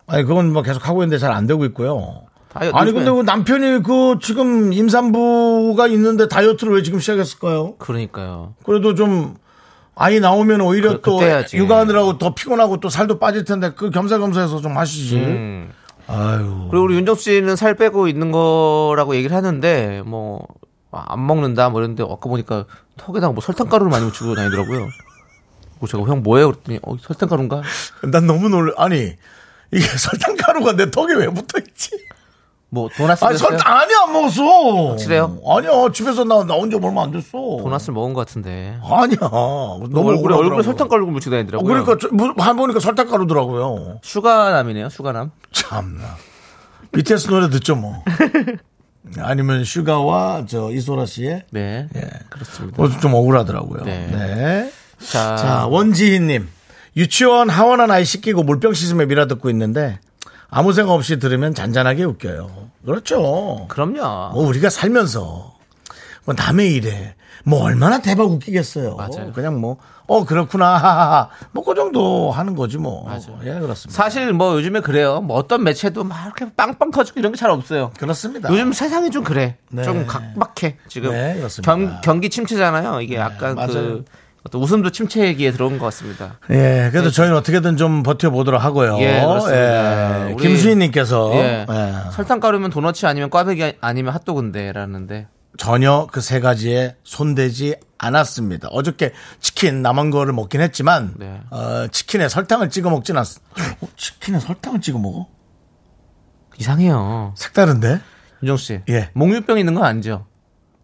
Speaker 1: 아니 그건 뭐 계속 하고 있는데 잘 안 되고 있고요.
Speaker 2: 다이어트
Speaker 1: 아니
Speaker 2: 요즘에-
Speaker 1: 근데 그 남편이 그 지금 임산부가 있는데 다이어트를 왜 지금 시작했을까요?
Speaker 2: 그러니까요.
Speaker 1: 그래도 좀 아이 나오면 오히려
Speaker 2: 그-
Speaker 1: 또
Speaker 2: 그때 해야지.
Speaker 1: 육아하느라고 더 피곤하고 또 살도 빠질 텐데 그 겸사겸사해서 좀 하시지.
Speaker 2: 음.
Speaker 1: 아유.
Speaker 2: 그리고 우리 윤정수 씨는 살 빼고 있는 거라고 얘기를 하는데 뭐 안 먹는다 뭐 이랬는데 아까 보니까 턱에다가 뭐 설탕가루를 많이 묻히고 다니더라고요. 그리고 제가 형 뭐예요? 그랬더니 어, 설탕가루인가?
Speaker 1: 난 너무 놀래. 아니 이게 설탕가루가 내 턱에 왜 붙어 있지?
Speaker 2: 뭐 도넛
Speaker 1: 아
Speaker 2: 드세요?
Speaker 1: 설탕 아니야 안 먹었어.
Speaker 2: 확실해요?
Speaker 1: 아니야 집에서 나 나 혼자 얼마 안 됐어.
Speaker 2: 도넛을 먹은 것 같은데.
Speaker 1: 아니야. 너무
Speaker 2: 얼굴에
Speaker 1: 억울하더라고요.
Speaker 2: 얼굴에 설탕가루를 묻히고
Speaker 1: 어,
Speaker 2: 다니더라고요.
Speaker 1: 그러니까 저, 뭐, 한 보니까 설탕가루더라고요.
Speaker 2: 슈가남이네요. 슈가남.
Speaker 1: 참나. BTS 노래 듣죠 뭐. 아니면 슈가와 저 이소라 씨의
Speaker 2: 네. 그렇습니다.
Speaker 1: 그것도 좀 억울하더라고요. 네.
Speaker 2: 네. 아.
Speaker 1: 자 원지희님 유치원 하원한 아이 씻기고 물병 씻으며 미라 듣고 있는데 아무 생각 없이 들으면 잔잔하게 웃겨요. 그렇죠.
Speaker 2: 그럼요.
Speaker 1: 뭐 우리가 살면서 뭐 남의 일에 뭐 얼마나 대박 웃기겠어요.
Speaker 2: 맞아요.
Speaker 1: 그냥 뭐 어 그렇구나 뭐 그 정도 하는 거지 뭐. 예 그렇습니다.
Speaker 2: 사실 뭐 요즘에 그래요. 뭐 어떤 매체도 막 이렇게 빵빵 터지고 이런 게 잘 없어요.
Speaker 1: 그렇습니다.
Speaker 2: 요즘 세상이 좀 그래.
Speaker 1: 네.
Speaker 2: 좀 각박해. 지금
Speaker 1: 네, 그렇습니다. 네,
Speaker 2: 경, 경기 침체잖아요. 이게 약간
Speaker 1: 맞아요.
Speaker 2: 그 어떤 웃음도 침체 얘기에 들어온 것 같습니다.
Speaker 1: 예, 그래도 저희는 어떻게든 좀 버텨보도록 하고요.
Speaker 2: 네. 예, 그렇습니다.
Speaker 1: 예,
Speaker 2: 우리-
Speaker 1: 김수희님께서
Speaker 2: 예.
Speaker 1: 예,
Speaker 2: 설탕 가루면 도너츠 아니면 꽈배기 아니- 아니면 핫도그인데라는데
Speaker 1: 전혀 그 세 가지에 손대지 않았습니다. 어저께 치킨 남은 거를 먹긴 했지만
Speaker 2: 네.
Speaker 1: 어, 치킨에 설탕을 찍어 먹진 않았. 어, 치킨에 설탕을 찍어 먹어?
Speaker 2: 이상해요.
Speaker 1: 색다른데?
Speaker 2: 윤정 씨,
Speaker 1: 예.
Speaker 2: 목류병 있는 거 아니죠?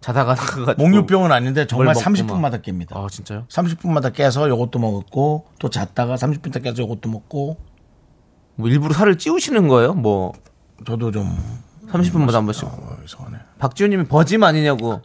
Speaker 2: 자다가 그거
Speaker 1: 목류병은 아닌데 정말
Speaker 2: 먹구만.
Speaker 1: 30분마다 깹니다.
Speaker 2: 아 진짜요?
Speaker 1: 30분마다 깨서 요것도 먹었고 또 잤다가 30분 있다 깨서 요것도 먹고
Speaker 2: 뭐 일부러 살을 찌우시는 거예요? 뭐
Speaker 1: 저도 좀
Speaker 2: 30분마다 뭐 한 번씩.
Speaker 1: 어, 이상하네.
Speaker 2: 박지훈님이 버짐 아니냐고.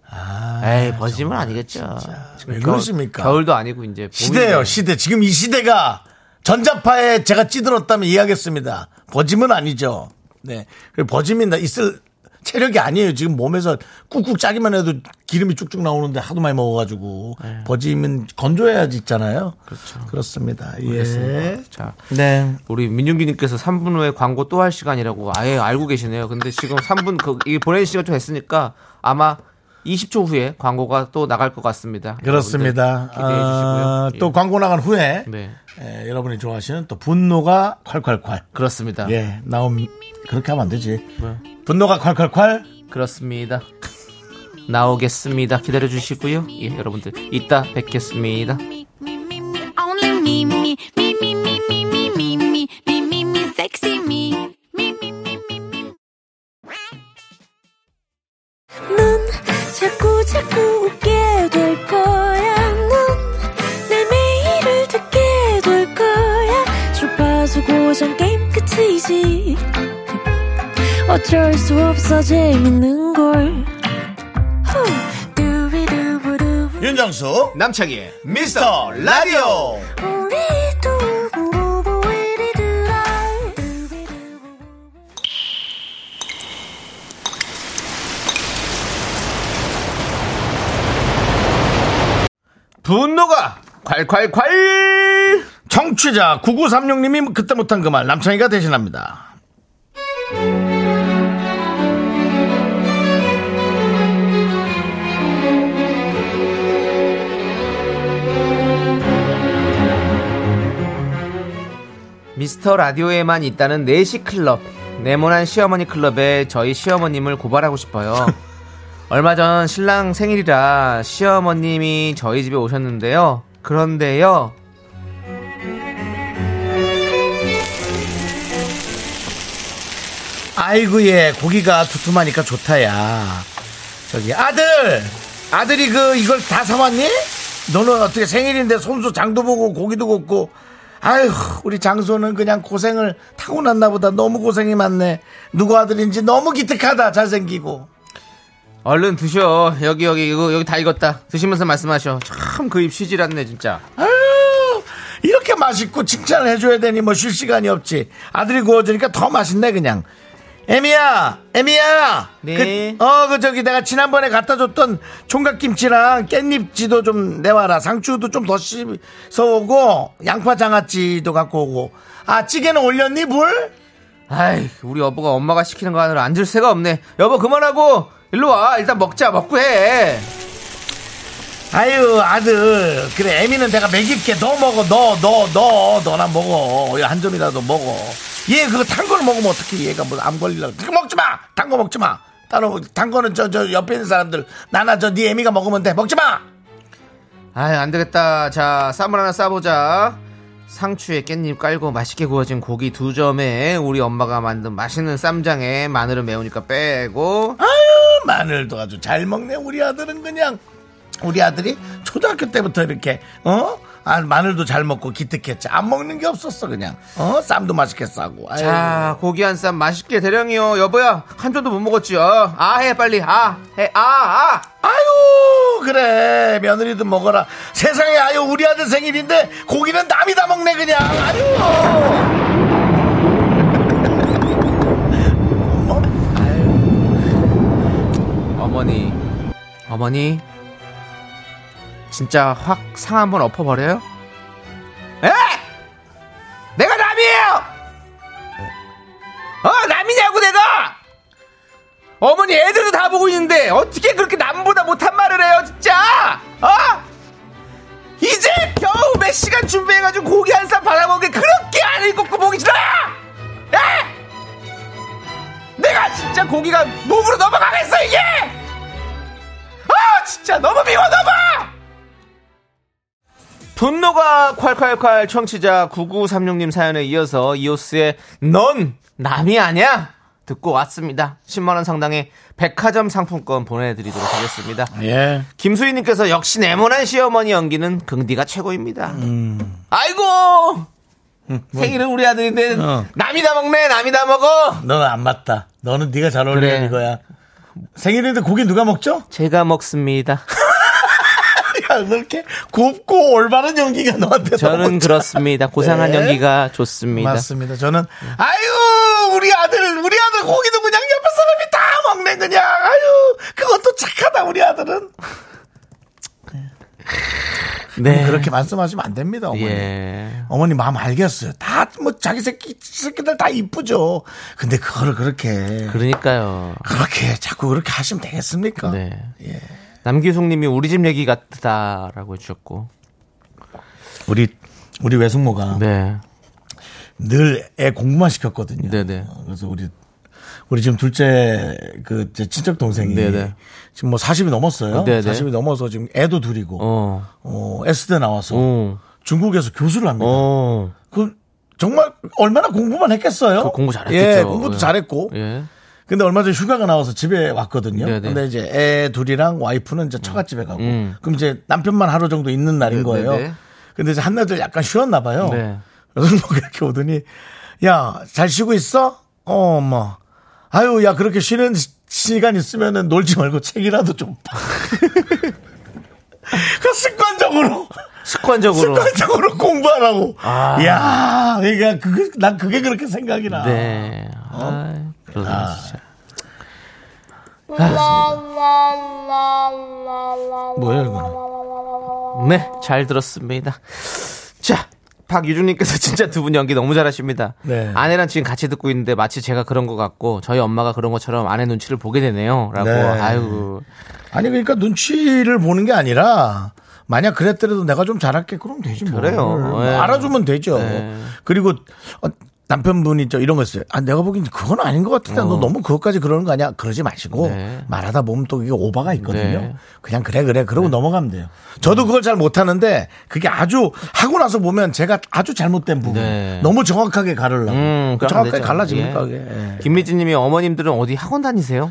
Speaker 2: 에이 버짐은 아니겠죠. 지금
Speaker 1: 왜
Speaker 2: 겨울-
Speaker 1: 그러십니까?
Speaker 2: 겨울도 아니고 이제 봄인데.
Speaker 1: 시대예요 시대 지금 이 시대가 전자파에 제가 찌들었다면 이해하겠습니다 버짐은 아니죠 네 그리고 버짐이 나 있을 체력이 아니에요 지금 몸에서 꾹꾹 짜기만 해도 기름이 쭉쭉 나오는데 하도 많이 먹어가지고 버짐은 건조해야지 있잖아요 네. 그렇죠 습니다 예.
Speaker 2: 자
Speaker 1: 네
Speaker 2: 우리 민윤기님께서 3분 후에 광고 또 할 시간이라고 아예 알고 계시네요. 근데 지금 3분 그 이게 보내는 시간 좀 됐으니까 아마 20초 후에 광고가 또 나갈 것 같습니다.
Speaker 1: 그렇습니다
Speaker 2: 여러분들 기대해 주시고요.
Speaker 1: 아,
Speaker 2: 예.
Speaker 1: 또 광고 나간 후에
Speaker 2: 네.
Speaker 1: 예, 여러분이 좋아하시는 또 분노가 콸콸콸
Speaker 2: 그렇습니다.
Speaker 1: 예 나옴 그렇게 하면 안 되지 분노가 콸콸콸
Speaker 2: 그렇습니다. 나오겠습니다. 기다려 주시고요. 예, 여러분들 이따 뵙겠습니다.
Speaker 5: Only me, me, me, me, me, me, me, me, me, me, me, me, sexy me. Me, me, me, me, me. 넌 자꾸, 자꾸 웃게 될 거야. 넌내 매일을 듣게 될 거야. 주파수 고정 게임 끝이지. 어쩔 수 없어, 재밌는 걸. 후. 두비두부두.
Speaker 1: 윤정수
Speaker 2: 남창희의
Speaker 1: 미스터 라디오
Speaker 2: 분노가 콸콸콸!
Speaker 1: 정취자 9936님이 그때 못한 그 말 남창희가 대신합니다
Speaker 2: 미스터 라디오에만 있다는 4시 클럽 네모난 시어머니 클럽에 저희 시어머님을 고발하고 싶어요 얼마 전 신랑 생일이라 시어머님이 저희 집에 오셨는데요 그런데요
Speaker 1: 아이고 예 고기가 두툼하니까 좋다야 저기 아들 아들이 그 이걸 다 사왔니? 너는 어떻게 생일인데 손수 장도 보고 고기도 굽고 아휴 우리 장소는 그냥 고생을 타고났나 보다 너무 고생이 많네 누구 아들인지 너무 기특하다 잘생기고
Speaker 2: 얼른 드셔 여기 여기 이거 여기 다 익었다 드시면서 말씀하셔 참 그 입 쉬질 않네 진짜
Speaker 1: 아유, 이렇게 맛있고 칭찬을 해줘야 되니 뭐 쉴 시간이 없지. 아들이 구워주니까 더 맛있네 그냥. 에미야, 에미야.
Speaker 2: 네.
Speaker 1: 그, 어, 그 저기 내가 지난번에 갖다 줬던 총각김치랑 깻잎지도 좀 내와라. 상추도 좀 더 씻어 오고 양파 장아찌도 갖고 오고. 아 찌개는 올렸니 물?
Speaker 2: 아이 우리 여보가 엄마가 시키는 거 하느라 앉을 새가 없네 여보 그만하고 일로 와 일단 먹자 먹고 해
Speaker 1: 아유 아들 그래 애미는 내가 먹일게 너 먹어 너 너 너 너, 나 먹어 야, 한 점이라도 먹어 얘 그거 탄 걸 먹으면 어떻게 얘가 뭐 암 걸리려고 그거 먹지 마 탄 거 먹지 마 따로 탄 거는 저 저 옆에 있는 사람들 나나 저 네 애미가 먹으면 돼 먹지 마
Speaker 2: 아유 안 되겠다. 자 쌈을 하나 싸보자. 상추에 깻잎 깔고 맛있게 구워진 고기 두 점에 우리 엄마가 만든 맛있는 쌈장에 마늘은 매우니까 빼고
Speaker 1: 아유 마늘도 아주 잘 먹네 우리 아들은 그냥 우리 아들이 초등학교 때부터 이렇게 어 아, 마늘도 잘 먹고 기특했지 안 먹는 게 없었어 그냥 어 쌈도 맛있게 싸고 아유.
Speaker 2: 자 고기 한 쌈 맛있게 대령이요 여보야 한 점도 못 먹었지 요 아해 빨리 아해아아
Speaker 1: 아유 그래 며느리도 먹어라 세상에 아유 우리 아들 생일인데 고기는 남이 다 먹네 그냥 아유
Speaker 2: 어머니 어머니 진짜 확 상 한번 엎어버려요? 에! 내가 남이에요! 어 남이냐고 내가! 어머니 애들도 다 보고 있는데 어떻게 그렇게 남보다 못한 말을 해요 진짜! 어? 이제 겨우 몇 시간 준비해가지고 고기 한 쌈 받아먹게 그렇게 안 읽고 보기 싫어! 에! 내가 진짜 고기가 목으로 넘어가겠어 이게! 아 진짜 너무 미워 넘어! 분노가 콸콸콸 청취자 9936님 사연에 이어서 이오스의 넌 남이 아니야 듣고 왔습니다. 10만원 상당의 백화점 상품권 보내드리도록 하겠습니다.
Speaker 1: 예.
Speaker 2: 김수희님께서 역시 네모난 시어머니 연기는 긍디가 최고입니다. 아이고 생일은 우리 아들인데
Speaker 1: 음, 어.
Speaker 2: 남이 다 먹네 남이 다 먹어
Speaker 1: 너는 안 맞다. 너는 네가 잘 어울리는
Speaker 2: 그래.
Speaker 1: 이거야. 생일인데 고기 누가 먹죠?
Speaker 2: 제가 먹습니다.
Speaker 1: 야, 너 이렇게 곱고 올바른 연기가 너한테
Speaker 2: 저는
Speaker 1: 너무
Speaker 2: 그렇습니다. 고상한
Speaker 1: 네.
Speaker 2: 연기가 좋습니다.
Speaker 1: 맞습니다. 저는 아유 우리 아들 우리 아들 고기도 그냥 옆에 사람이 다 먹네 그냥 아유 그것도 착하다 우리 아들은
Speaker 2: 네.
Speaker 1: 음, 그렇게 말씀하시면 안 됩니다 어머니.
Speaker 2: 예.
Speaker 1: 어머니 마음 알겠어요. 다 뭐 자기 새끼 새끼들 다 이쁘죠. 근데 그거를 그렇게
Speaker 2: 그러니까요.
Speaker 1: 그렇게 자꾸 그렇게 하시면 되겠습니까?
Speaker 2: 네.
Speaker 1: 예.
Speaker 2: 남기숙님이 우리 집 얘기 같다라고 해주셨고.
Speaker 1: 우리 우리 외숙모가
Speaker 2: 네.
Speaker 1: 늘 애 공부만 시켰거든요.
Speaker 2: 네네.
Speaker 1: 어, 그래서 우리 우리 지금 둘째 그 제 친척 동생이
Speaker 2: 네네.
Speaker 1: 지금 뭐 40이 넘었어요.
Speaker 2: 네네.
Speaker 1: 40이 넘어서 지금 애도 둘이고 어.
Speaker 2: 어.
Speaker 1: S대 나와서
Speaker 2: 어.
Speaker 1: 중국에서 교수를 합니다.
Speaker 2: 어.
Speaker 1: 그 정말 얼마나 공부만 했겠어요?
Speaker 2: 그 공부 잘했겠죠.
Speaker 1: 예, 공부도
Speaker 2: 예.
Speaker 1: 잘했고.
Speaker 2: 예.
Speaker 1: 근데 얼마 전에 휴가가 나와서 집에 왔거든요.
Speaker 2: 네네.
Speaker 1: 근데 이제 애 둘이랑 와이프는 이제 처갓집에 가고.
Speaker 2: 음.
Speaker 1: 그럼 이제 남편만 하루 정도 있는 날인
Speaker 2: 네네네.
Speaker 1: 거예요. 근데 이제 한나들 약간 쉬었나 봐요.
Speaker 2: 네.
Speaker 1: 그래서 뭐 그렇게 오더니 야, 잘 쉬고 있어? 어, 엄마. 아유, 야, 그렇게 쉬는 시- 시간 있으면은 놀지 말고 책이라도 좀 봐. 그 습관적으로
Speaker 2: 습관적으로.
Speaker 1: 습관적으로 공부하라고.
Speaker 2: 아.
Speaker 1: 야, 그러니까 그게 난 그게 그렇게 생각이 나.
Speaker 2: 네. 아, 그러다 진짜.
Speaker 1: 뭐야 이거?
Speaker 2: 네, 잘 들었습니다. 자, 박유준님께서 진짜 두 분 연기 너무 잘하십니다.
Speaker 1: 네.
Speaker 2: 아내랑 지금 같이 듣고 있는데 마치 제가 그런 것 같고 저희 엄마가 그런 것처럼 아내 눈치를 보게 되네요. 라고.
Speaker 1: 네.
Speaker 2: 아유.
Speaker 1: 아니 그러니까 눈치를 보는 게 아니라 만약 그랬더라도 내가 좀 잘할게 그럼 되지 뭐.
Speaker 2: 그래요.
Speaker 1: 뭐
Speaker 2: 예.
Speaker 1: 알아주면 되죠.
Speaker 2: 예. 있고.
Speaker 1: 그리고 어, 남편분이 저 이런 거 있어요. 아 내가 보기엔 그건 아닌 것 같은데 너 너무 그것까지 그러는 거 아니야? 그러지 마시고
Speaker 2: 어. 네.
Speaker 1: 말하다 보면 또 이게 오바가 있거든요.
Speaker 2: 네.
Speaker 1: 그냥 그래 그래 그러고 넘어가면 돼요. 저도 그걸 잘 못하는데 그게 아주 하고 나서 보면 제가 아주 잘못된 부분
Speaker 2: 네.
Speaker 1: 너무 정확하게 가르려고
Speaker 2: 음, 그럼 안
Speaker 1: 정확하게
Speaker 2: 되죠.
Speaker 1: 갈라집니까?
Speaker 2: 예.
Speaker 1: 그게. 예.
Speaker 2: 김미진님이 어머님들은 어디 학원 다니세요?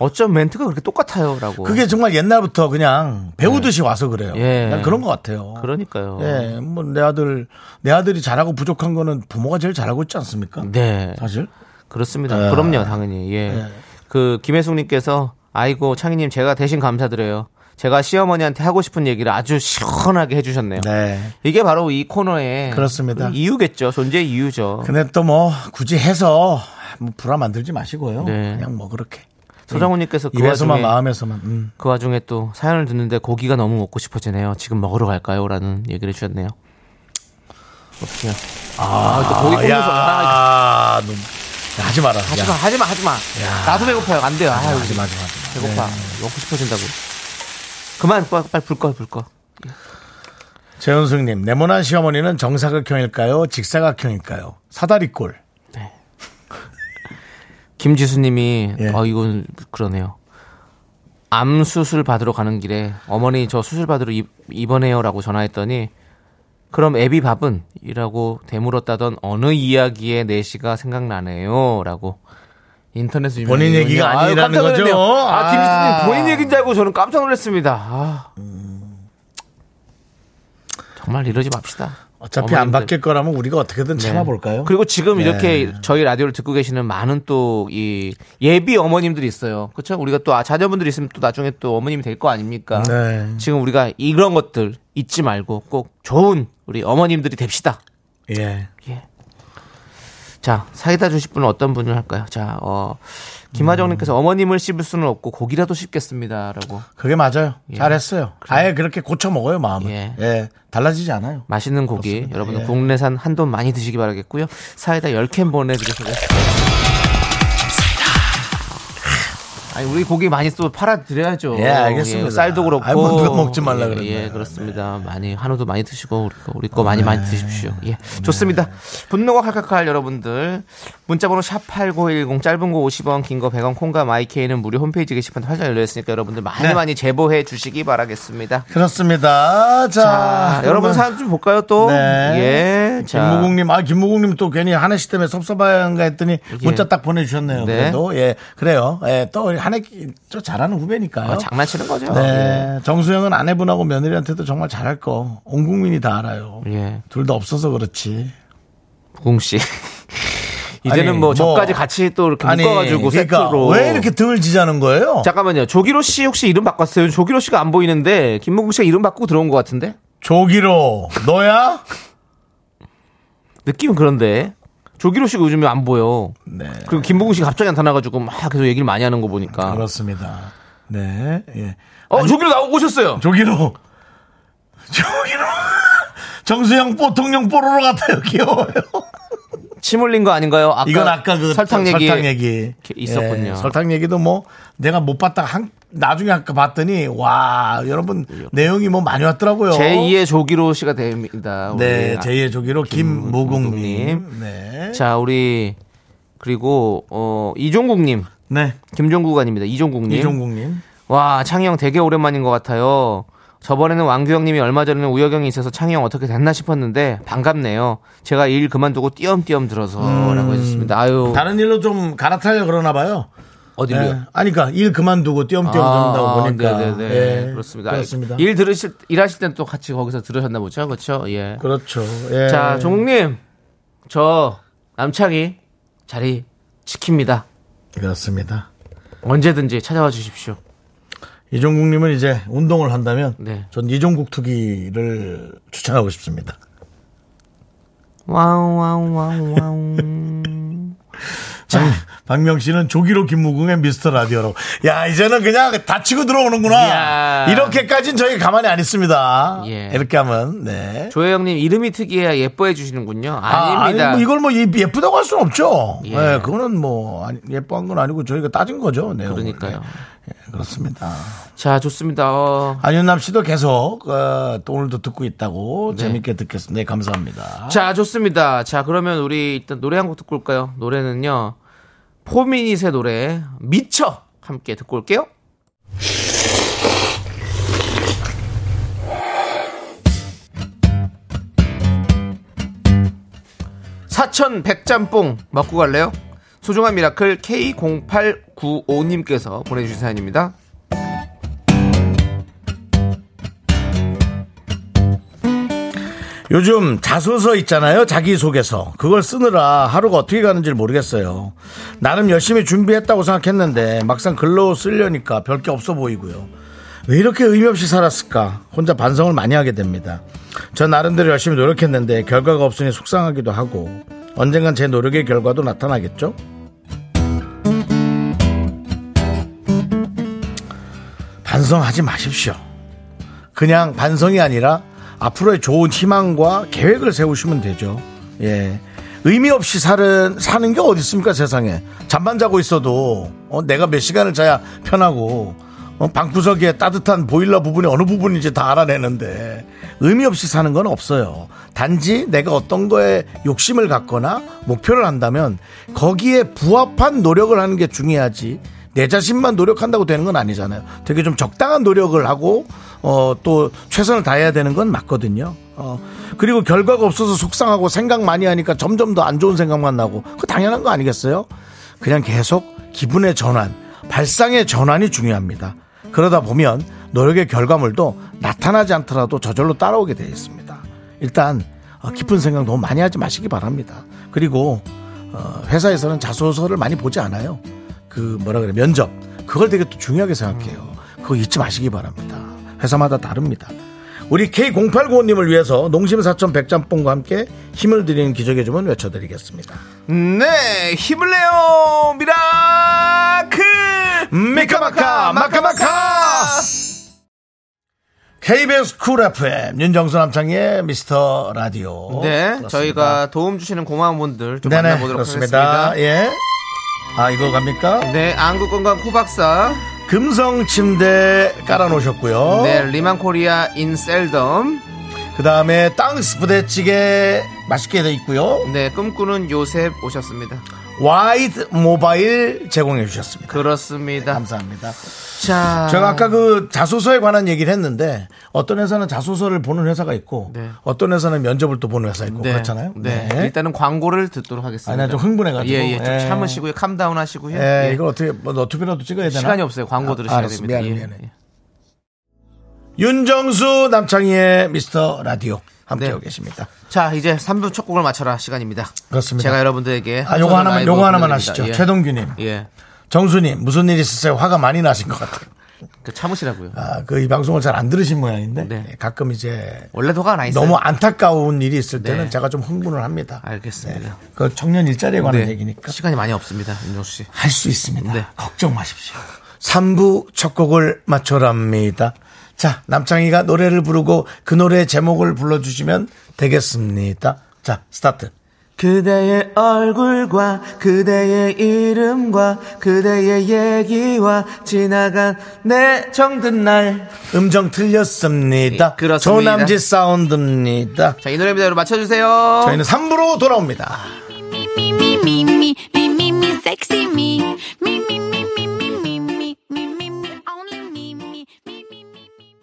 Speaker 2: 어쩜 멘트가 그렇게 똑같아요라고.
Speaker 1: 그게 정말 옛날부터 그냥 배우듯이 와서 그래요.
Speaker 2: 예.
Speaker 1: 난 그런 것 같아요.
Speaker 2: 그러니까요.
Speaker 1: 예, 뭐 내 아들 내 아들이 잘하고 부족한 거는 부모가 제일 잘하고 있지 않습니까?
Speaker 2: 네.
Speaker 1: 사실.
Speaker 2: 그렇습니다.
Speaker 1: 아.
Speaker 2: 그럼요, 당연히. 예.
Speaker 1: 네.
Speaker 2: 그 김혜숙님께서 아이고 창희님 제가 대신 감사드려요. 제가 시어머니한테 하고 싶은 얘기를 아주 시원하게 해주셨네요.
Speaker 1: 네.
Speaker 2: 이게 바로 이 코너의
Speaker 1: 그렇습니다.
Speaker 2: 그 이유겠죠. 존재 의 이유죠.
Speaker 1: 근데 또 뭐 굳이 해서 뭐 불화 만들지 마시고요.
Speaker 2: 네.
Speaker 1: 그냥 뭐 그렇게
Speaker 2: 소장훈님께서 그
Speaker 1: 입에서만
Speaker 2: 와중에
Speaker 1: 마음에서만. 음.
Speaker 2: 그 와중에 또 사연을 듣는데 고기가 너무 먹고 싶어지네요. 지금 먹으러 갈까요?라는 얘기를 해주셨네요. 어떡해요? 아, 또 고기
Speaker 1: 야,
Speaker 2: 굽면서 아,
Speaker 1: 너, 야, 하지 마라.
Speaker 2: 하지
Speaker 1: 야,
Speaker 2: 마, 하지 마, 하지 마. 나도 배고파요. 안 돼요. 아유,
Speaker 1: 하지 마, 하지 마. 하지 마.
Speaker 2: 배고파. 먹고 싶어진다고. 그만, 빨리, 빨리 불 꺼, 불 꺼.
Speaker 1: 재현숙님, 네모난 시어머니는 정사각형일까요? 직사각형일까요? 사다리꼴.
Speaker 2: 김지수님이
Speaker 1: 예.
Speaker 2: 어 이건 그러네요. 암 수술 받으러 가는 길에 어머니 저 수술 받으러 입- 입원해요라고 전화했더니 그럼 애비 밥은이라고 되물었다던 어느 이야기의 내시가 생각나네요라고 인터넷 유명
Speaker 1: 본인
Speaker 2: 인원이-
Speaker 1: 얘기가
Speaker 2: 아유,
Speaker 1: 아니라는
Speaker 2: 깜짝 놀랐네요.
Speaker 1: 거죠?
Speaker 2: 아,
Speaker 1: 아.
Speaker 2: 김지수님 본인 얘기인 줄 알고 저는 깜짝 놀랐습니다. 아.
Speaker 1: 음.
Speaker 2: 정말 이러지 맙시다.
Speaker 1: 어차피 안
Speaker 2: 어머님들. 네.
Speaker 1: 바뀔 거라면 우리가 어떻게든 참아볼까요? 네.
Speaker 2: 그리고 지금 이렇게 저희 라디오를 듣고 계시는 많은 또 이 예비 어머님들이 있어요. 그렇죠? 우리가 또 아, 자녀분들이 있으면 또 나중에 또 어머님이 될 거 아닙니까?
Speaker 1: 네.
Speaker 2: 지금 우리가 이런 것들 잊지 말고 꼭 좋은 우리 어머님들이 됩시다.
Speaker 1: 예.
Speaker 2: 예. 자, 사이다 주실 분은 어떤 분을 할까요? 자, 어, 김하정님께서
Speaker 1: 음.
Speaker 2: 어머님을 씹을 수는 없고 고기라도 씹겠습니다. 라고.
Speaker 1: 그게 맞아요. 잘했어요. 아예 그렇게 고쳐 먹어요 마음을.
Speaker 2: 예.
Speaker 1: 예. 달라지지 않아요.
Speaker 2: 맛있는 고기.
Speaker 1: 그렇습니다.
Speaker 2: 여러분들
Speaker 1: 예.
Speaker 2: 국내산 한돈 많이 드시기 바라겠고요. 사이다 10캔 보내드리겠습니다. 아니 우리 고기 많이 또 팔아 드려야죠.
Speaker 1: 예, 알겠습니다.
Speaker 2: 쌀도 그렇고.
Speaker 1: 아이, 뭐 누가 먹지 말라
Speaker 2: 예,
Speaker 1: 그랬나요? 어, 네.
Speaker 2: 예, 그렇습니다. 많이 한우도 많이 드시고 우리 거, 우리 거 많이 많이 드십시오. 예, 좋습니다. 분노가 칼칼칼 여러분들 문자번호 샵 #8910 짧은 거 50원, 긴 거 100원 콩과 마이케이는 무료 홈페이지 게시판 활짝 열려 있으니까 여러분들 많이
Speaker 1: 네.
Speaker 2: 많이 제보해 주시기 바라겠습니다.
Speaker 1: 그렇습니다. 자,
Speaker 2: 자, 여러분 사연 좀 볼까요 또?
Speaker 1: 네.
Speaker 2: 예. 자.
Speaker 1: 김무국님, 아 김무국님 또 괜히 한혜 씨 때문에 섭섭한가 했더니 문자 딱 보내주셨네요.
Speaker 2: 예. 네.
Speaker 1: 그래도 예, 그래요. 예, 또 우리 한혜 씨또 잘하는 후배니까요.
Speaker 2: 어, 장난치는 거죠. 예, 아,
Speaker 1: 네, 정수영은 아내분하고 며느리한테도 정말 잘할 거. 온 국민이 다 알아요.
Speaker 2: 예. 예.
Speaker 1: 둘 다 없어서 그렇지.
Speaker 2: 부궁 씨. 이제는
Speaker 1: 아니,
Speaker 2: 뭐
Speaker 1: 뭐-
Speaker 2: 저까지 같이 또 이렇게 묶어가지고
Speaker 1: 그러니까
Speaker 2: 세트로.
Speaker 1: 왜 이렇게 등을 지자는 거예요?
Speaker 2: 잠깐만요. 조기로 씨 혹시 이름 바꿨어요? 조기로 씨가 안 보이는데 김문국 씨가 이름 바꾸고 들어온 것 같은데?
Speaker 1: 조기로 너야?
Speaker 2: 느낌은 그런데. 조기로 씨가 요즘에 안 보여.
Speaker 1: 네.
Speaker 2: 그리고 김문국 씨가 갑자기 나타나가지고 막 계속 얘기를 많이 하는 거 보니까.
Speaker 1: 그렇습니다. 네, 예.
Speaker 2: 어, 조기로 나오셨어요.
Speaker 1: 조기로 조기로 정수영 뽀통령 뽀로로 같아요. 귀여워요.
Speaker 2: 침 흘린 거 아닌가요? 아까
Speaker 1: 이건 아까 그
Speaker 2: 설탕 얘기.
Speaker 1: 얘기
Speaker 2: 있었군요.
Speaker 1: 예, 설탕 얘기도 뭐 내가 못 봤다 한 나중에 아까 봤더니 와 여러분 내용이 뭐 많이 왔더라고요.
Speaker 2: 제2의 조기로 씨가 됩니다. 우리
Speaker 1: 네,
Speaker 2: 아-
Speaker 1: 제2의 조기로
Speaker 2: 김무국님.
Speaker 1: 김무국님. 네.
Speaker 2: 자, 우리 그리고 어 이종국님,
Speaker 1: 네.
Speaker 2: 김종국 아닙니다. 이종국님.
Speaker 1: 이종국님.
Speaker 2: 와, 창영 되게 오랜만인 것 같아요. 저번에는 왕규형님이 얼마 전에는 우여경이 있어서 창영 어떻게 됐나 싶었는데 반갑네요. 제가 일 그만두고 띄엄띄엄 들어서라고 해주셨습니다. 아유,
Speaker 1: 음. 다른 일로 좀 갈아타려 그러나 봐요.
Speaker 2: 어디로요?
Speaker 1: 네. 아니, 그러니까 일 그만두고 띄엄띄엄
Speaker 2: 아,
Speaker 1: 그런다고 보니까.
Speaker 2: 네네네.
Speaker 1: 예,
Speaker 2: 그렇습니다.
Speaker 1: 그렇습니다.
Speaker 2: 일 들으실 일하실 땐 또 같이 거기서 들으셨나 보죠, 그렇죠? 예.
Speaker 1: 그렇죠. 예.
Speaker 2: 자, 종국님, 저 남창이 자리 지킵니다.
Speaker 1: 그렇습니다.
Speaker 2: 언제든지 찾아와 주십시오.
Speaker 1: 이종국님은 이제 운동을 한다면
Speaker 2: 네.
Speaker 1: 전 이종국 투기를 추천하고 싶습니다.
Speaker 2: 와우 와우 와우 와우.
Speaker 1: 자, 박명 씨는 조기로 김무궁의 미스터 라디오라고. 야, 이제는 그냥 다치고 들어오는구나.
Speaker 2: 이야.
Speaker 1: 이렇게까진 저희 가만히 안 있습니다.
Speaker 2: 예.
Speaker 1: 이렇게 하면, 네.
Speaker 2: 조혜영님 이름이 특이해야 예뻐해 주시는군요.
Speaker 1: 아, 아니,
Speaker 2: 아닙니다.
Speaker 1: 뭐 이걸 뭐 예- 예쁘다고 할 수는 없죠.
Speaker 2: 예.
Speaker 1: 예, 그거는 뭐 아니, 예뻐한 건 아니고 저희가 따진 거죠. 내용을.
Speaker 2: 그러니까요.
Speaker 1: 예, 예, 그렇습니다.
Speaker 2: 네. 자 좋습니다. 어.
Speaker 1: 안윤남 씨도 계속 어, 또 오늘도 듣고 있다고 재밌게 듣겠습니다. 네, 감사합니다.
Speaker 2: 자 좋습니다. 자 그러면 우리 일단 노래 한 곡 듣고 올까요? 노래는요 포미닛의 노래 미쳐 함께 듣고 올게요. 사천 백짬뽕 먹고 갈래요? 소중한 미라클 K0895님께서 보내주신 사연입니다.
Speaker 1: 요즘 자소서 있잖아요. 자기소개서. 그걸 쓰느라 하루가 어떻게 가는지 를 모르겠어요. 나름 열심히 준비했다고 생각했는데 막상 글로 쓰려니까 별게 없어 보이고요. 왜 이렇게 의미 없이 살았을까? 혼자 반성을 많이 하게 됩니다. 저 나름대로 열심히 노력했는데 결과가 없으니 속상하기도 하고 언젠간 제 노력의 결과도 나타나겠죠? 반성하지 마십시오. 그냥 반성이 아니라 앞으로의 좋은 희망과 계획을 세우시면 되죠. 예. 의미 없이 사는, 사는 게 어디 있습니까, 세상에. 잠만 자고 있어도, 어, 내가 몇 시간을 자야 편하고, 어, 방구석에 따뜻한 보일러 부분이 어느 부분인지 다 알아내는데, 의미 없이 사는 건 없어요. 단지 내가 어떤 거에 욕심을 갖거나 목표를 한다면, 거기에 부합한 노력을 하는 게 중요하지, 내 자신만 노력한다고 되는 건 아니잖아요. 되게 좀 적당한 노력을 하고 어, 또 최선을 다해야 되는 건 맞거든요. 어, 그리고 결과가 없어서 속상하고 생각 많이 하니까 점점 더 안 좋은 생각만 나고 그 당연한 거 아니겠어요? 그냥 계속 기분의 전환, 발상의 전환이 중요합니다. 그러다 보면 노력의 결과물도 나타나지 않더라도 저절로 따라오게 되어 있습니다. 일단 어,
Speaker 2: 음.
Speaker 1: 깊은 생각 너무 많이 하지 마시기 바랍니다. 그리고 어, 회사에서는 자소서를 많이 보지 않아요. 그 뭐라 그래 면접
Speaker 2: 음.
Speaker 1: 그걸 되게 또 중요하게 생각해요. 그거 잊지 마시기 바랍니다. 회사마다 다릅니다. 우리 K0895님을 위해서 농심 사천 백짬뽕과 함께 힘을 드리는 기적의 주문 외쳐드리겠습니다.
Speaker 2: 네, 힘을 내요, 미라클!
Speaker 1: 미카마카 마카마카 KBS 쿨 FM 윤정수 남창의 미스터 라디오
Speaker 2: 네,
Speaker 1: 그렇습니다.
Speaker 2: 저희가 도움 주시는 고마운 분들 좀
Speaker 1: 네네
Speaker 2: 만나보도록
Speaker 1: 그렇습니다
Speaker 2: 하겠습니다.
Speaker 1: 예. 아 이거 갑니까?
Speaker 2: 네, 안국건강 코박사,
Speaker 1: 금성 침대 깔아놓으셨고요
Speaker 2: 네, 리만코리아 인셀덤,
Speaker 1: 그 다음에 땅스 부대찌개 맛있게 돼 있고요
Speaker 2: 네, 꿈꾸는 요셉 오셨습니다.
Speaker 1: 와이드 모바일 제공해 주셨습니다
Speaker 2: 그렇습니다.
Speaker 1: 감사합니다
Speaker 2: 자,
Speaker 1: 네, 제가 아까 그 자소서에 관한 얘기를 했는데 어떤 회사는 자소서를 보는 회사가 있고
Speaker 2: 네.
Speaker 1: 어떤 회사는 면접을 또 보는 회사 있고
Speaker 2: 네,
Speaker 1: 뭐 그렇잖아요.
Speaker 2: 네. 일단은 광고를 듣도록 하겠습니다.
Speaker 1: 아니, 나좀 흥분해가지고.
Speaker 2: 예, 예, 좀
Speaker 1: 예.
Speaker 2: 참으시고요, 캄다운 하시고요.
Speaker 1: 예,
Speaker 2: 예.
Speaker 1: 이걸 어떻게 뭐 어떻게라도 찍어야 되나?
Speaker 2: 시간이 없어요. 광고
Speaker 1: 아,
Speaker 2: 들으셔야
Speaker 1: 알았어.
Speaker 2: 됩니다.
Speaker 1: 미안해,
Speaker 2: 예,
Speaker 1: 미안해.
Speaker 2: 예.
Speaker 1: 윤정수 남창희의 미스터 라디오 함께하고
Speaker 2: 네.
Speaker 1: 계십니다.
Speaker 2: 자, 이제 3부 첫 곡을 맞춰라 시간입니다.
Speaker 1: 그렇습니다.
Speaker 2: 제가 여러분들에게
Speaker 1: 아, 요거 하나만
Speaker 2: 라이브
Speaker 1: 요거 하나만
Speaker 2: 보내드립니다.
Speaker 1: 하시죠.
Speaker 2: 예.
Speaker 1: 최동규님,
Speaker 2: 예.
Speaker 1: 정수님 무슨 일 있으세요? 화가 많이 나신 것 같아요.
Speaker 2: 그 참으시라고요.
Speaker 1: 아, 그 이 방송을 잘 안 들으신 모양인데
Speaker 2: 네.
Speaker 1: 예, 가끔 이제
Speaker 2: 원래도 화가 나 있어요.
Speaker 1: 너무 안타까운 일이 있을 때는
Speaker 2: 네.
Speaker 1: 제가 좀 흥분을 합니다.
Speaker 2: 알겠습니다.
Speaker 1: 그 청년 일자리에 관한 얘기니까
Speaker 2: 네. 시간이 많이 없습니다. 윤정수 씨.
Speaker 1: 할 수 있습니다.
Speaker 2: 네.
Speaker 1: 걱정 마십시오. 3부 첫 곡을 맞춰랍니다. 자, 남창희가 노래를 부르고 그 노래의 제목을 불러주시면 되겠습니다. 자, 스타트.
Speaker 2: 그대의 얼굴과 그대의 이름과 그대의 얘기와 지나간 내 정든 날.
Speaker 1: 음정 틀렸습니다.
Speaker 2: 예, 그렇습니다.
Speaker 1: 조남지 사운드입니다.
Speaker 2: 자, 이 노래입니다. 여러분 맞춰주세요.
Speaker 1: 저희는 3부로 돌아옵니다.
Speaker 5: me, me, me, me, me, me, me, sexy me. Me, me, me, me, me, me, me, me, me, me, only me, me, me, me, me.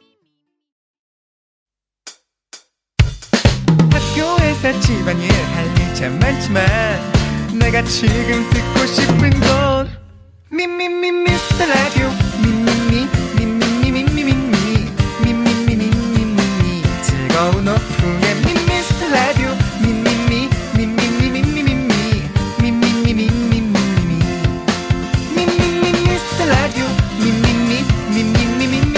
Speaker 6: 학교에서 집안일 할 일 참 많지만 내가 지금 듣고 싶은 건 미미미 미스터 라디오 미미미 미미미미미미 미미미미미미 즐거운 오후에 미스터 라디오 미미미 미미미미미미 미미미미미미미 미미미 미스터 라디오 미미미 미미미미미미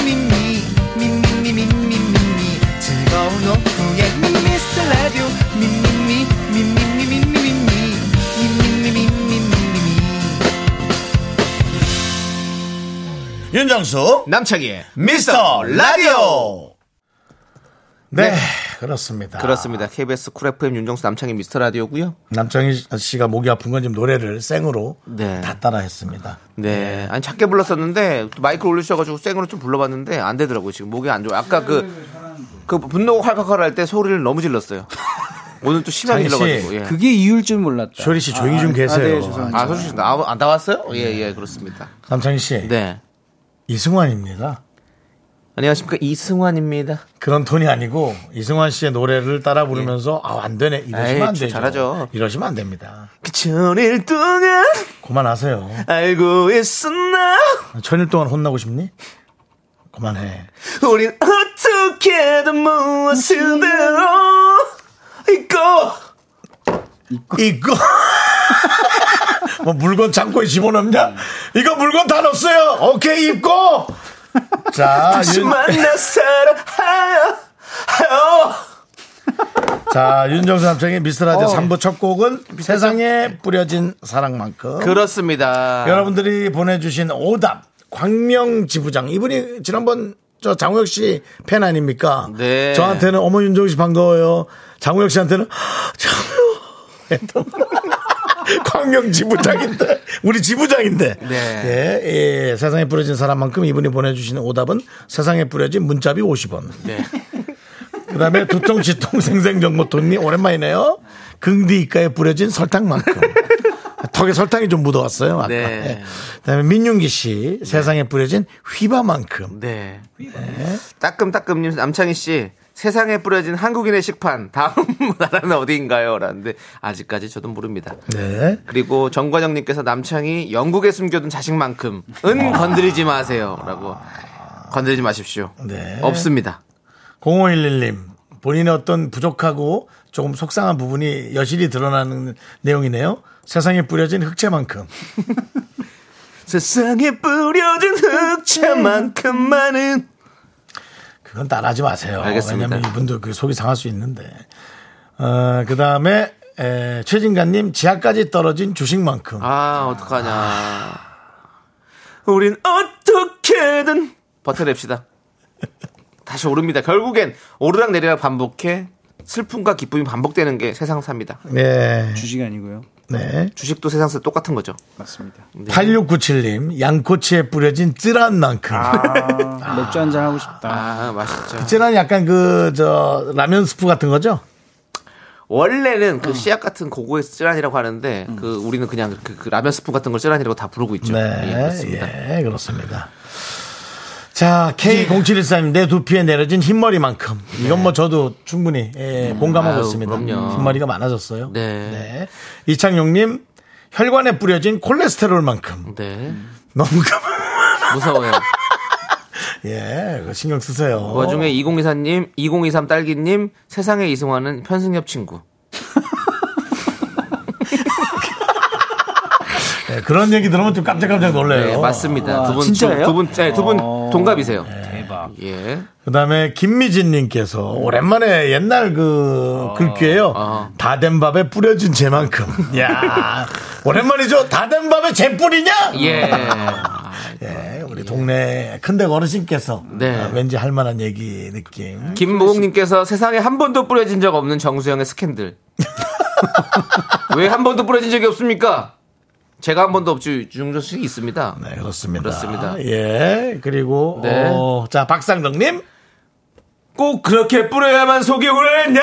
Speaker 6: 미미미미미미 즐거운 오후에 미스터 라디오 미미미 미미미미미미 미미미미미미미
Speaker 1: 윤정수,
Speaker 2: 남창희의
Speaker 1: 미스터 라디오! 네, 그렇습니다.
Speaker 2: 그렇습니다. KBS 쿨 FM 윤정수 남창희 미스터 라디오고요.
Speaker 1: 남창희 씨가 목이 아픈 건 지금 노래를 생으로
Speaker 2: 네.
Speaker 1: 다 따라 했습니다.
Speaker 2: 네. 아니 작게 불렀었는데 또 마이크를 올리셔가지고 생으로 좀 불러봤는데 안 되더라고요. 지금 목이 안 좋아. 아까
Speaker 1: 네,
Speaker 2: 그 그 분노 칼칼칼 할 때 소리를 너무 질렀어요. 오늘 또 심하게
Speaker 1: 장희 씨,
Speaker 2: 질러가지고. 예.
Speaker 7: 그게 이유일 줄 몰랐다.
Speaker 1: 쇼리 씨 조용히 좀 계세요.
Speaker 7: 아, 네, 죄송합니다.
Speaker 2: 아, 솔직히 나, 안 나왔어요? 예, 예, 그렇습니다.
Speaker 1: 남창희 씨,
Speaker 2: 네.
Speaker 1: 이승환입니다.
Speaker 2: 안녕하십니까. 이승환입니다.
Speaker 1: 그런 톤이 아니고 이승환 씨의 노래를 따라 부르면서 아 안 되네
Speaker 2: 에이,
Speaker 1: 이러시면 안
Speaker 2: 저
Speaker 1: 되죠.
Speaker 2: 잘하죠.
Speaker 1: 이러시면 안 됩니다.
Speaker 2: 그 천일 동안
Speaker 1: 그만하세요.
Speaker 2: 알고 있었나?
Speaker 1: 천일 동안 혼나고 싶니? 그만해.
Speaker 2: 우린 어떻게든 무엇이대로 있고.
Speaker 1: 이거 뭐 물건 창고에 집어넣냐? 이거 물건 다 넣었어요. 오케이 입고. 자, 윤,
Speaker 2: 만나 사랑하여 하여
Speaker 1: 자 윤정수 남창의 미스터라디오
Speaker 2: 어.
Speaker 1: 3부 첫 곡은 세상에 뿌려진 사랑만큼.
Speaker 2: 그렇죠. 그렇습니다.
Speaker 1: 여러분들이 보내주신 오답 광명 지부장 이분이 지난번 저 장우혁 씨 팬 아닙니까?
Speaker 2: 네.
Speaker 1: 저한테는 어머 윤종 씨 반가워요. 장우혁 씨한테는 장우혁 했던 광명 지부장인데 우리 지부장인데.
Speaker 2: 네.
Speaker 1: 예, 예, 세상에 뿌려진 사람만큼 이분이 보내주신 오답은 세상에 뿌려진 문자비 50원.
Speaker 2: 네.
Speaker 1: 그다음에 두통 지통 생생 정보통님 오랜만이네요. 긍디 입가에 뿌려진 설탕만큼. 턱에 설탕이 좀 묻어왔어요. 아까.
Speaker 2: 네.
Speaker 1: 예. 그다음에 민윤기 씨 세상에 뿌려진 휘바만큼.
Speaker 2: 네. 따끔따끔님 남창희 씨 세상에 뿌려진 한국인의 식판 다음 나라는 어디인가요? 라는데 아직까지 저도 모릅니다.
Speaker 1: 네.
Speaker 2: 그리고 정관영님께서 남창이 영국에 숨겨둔 자식만큼은 건드리지 마세요라고 건드리지 마십시오.
Speaker 1: 네.
Speaker 2: 없습니다.
Speaker 1: 0511님 본인의 어떤 부족하고 조금 속상한 부분이 여실히 드러나는 내용이네요. 세상에 뿌려진 흑채만큼.
Speaker 2: 세상에 뿌려진 흑채만큼만은
Speaker 1: 그건 따라하지 마세요.
Speaker 2: 알겠습니다.
Speaker 1: 왜냐면 이분들 그 속이 상할 수 있는데. 어, 그 다음에, 최진관님, 지하까지 떨어진 주식만큼.
Speaker 2: 아, 어떡하냐. 우린 어떻게든 버텨냅시다. 다시 오릅니다. 결국엔 오르락 내리락 반복해 슬픔과 기쁨이 반복되는 게 세상 삽니다.
Speaker 1: 네.
Speaker 7: 주식 아니고요.
Speaker 1: 네.
Speaker 2: 주식도 세상에서 똑같은 거죠.
Speaker 7: 맞습니다.
Speaker 2: 네.
Speaker 1: 8697님, 양꼬치에 뿌려진 쯔란 만큼.
Speaker 7: 아, 맥주 한잔 하고 싶다.
Speaker 2: 아, 맛있죠.
Speaker 1: 쯔란 약간 그, 저, 라면 스프 같은 거죠?
Speaker 2: 원래는 그 씨앗 같은 고거의 쓰란이라고 하는데 그 우리는 그냥 그, 그 라면 스프 같은 걸 쓰란이라고 다 부르고 있죠. 예, 그렇습니다.
Speaker 1: 네, 예, 그렇습니다. 자, K0714님, 내 두피에 내려진 흰머리만큼. 이건 뭐 저도 충분히 예, 공감하고
Speaker 2: 네. 음. 아유,
Speaker 1: 있습니다.
Speaker 2: 그럼요.
Speaker 1: 흰머리가 많아졌어요.
Speaker 2: 네.
Speaker 1: 이창용님, 혈관에 뿌려진 콜레스테롤만큼.
Speaker 2: 네.
Speaker 1: 너무 감
Speaker 2: 무서워요.
Speaker 1: 예, 그거 신경 쓰세요.
Speaker 2: 그 와중에 2024님, 2023 딸기님, 세상에 이승환은 편승엽 친구.
Speaker 1: 예, 그런 얘기 들으면 좀 깜짝깜짝 놀래요.
Speaker 2: 네, 맞습니다.
Speaker 7: 와,
Speaker 2: 두 분,
Speaker 7: 아, 진짜예요? 어.
Speaker 2: 두 분, 네, 두분 동갑이세요.
Speaker 7: 대박.
Speaker 2: 예.
Speaker 1: 그 다음에 김미진님께서 오랜만에 옛날 그 글귀에요.
Speaker 2: 어.
Speaker 1: 다 된 밥에 뿌려진 제만큼. 야 오랜만이죠? 다 된 밥에 제 뿌리냐?
Speaker 2: 예.
Speaker 1: 예, 우리 동네 큰데 어르신께서
Speaker 2: 네.
Speaker 1: 아, 왠지 할 만한 얘기 느낌.
Speaker 2: 김무국님께서 세상에 한 번도 뿌려진 적 없는 정수영의 스캔들. 왜 한 번도 뿌려진 적이 없습니까? 제가 한 번도 없지, 윤종수 씨 있습니다.
Speaker 1: 네, 그렇습니다.
Speaker 2: 그렇습니다.
Speaker 1: 예, 그리고
Speaker 2: 네.
Speaker 1: 어, 자, 박상덕님.
Speaker 2: 꼭 그렇게 뿌려야만 속이 우려했냐?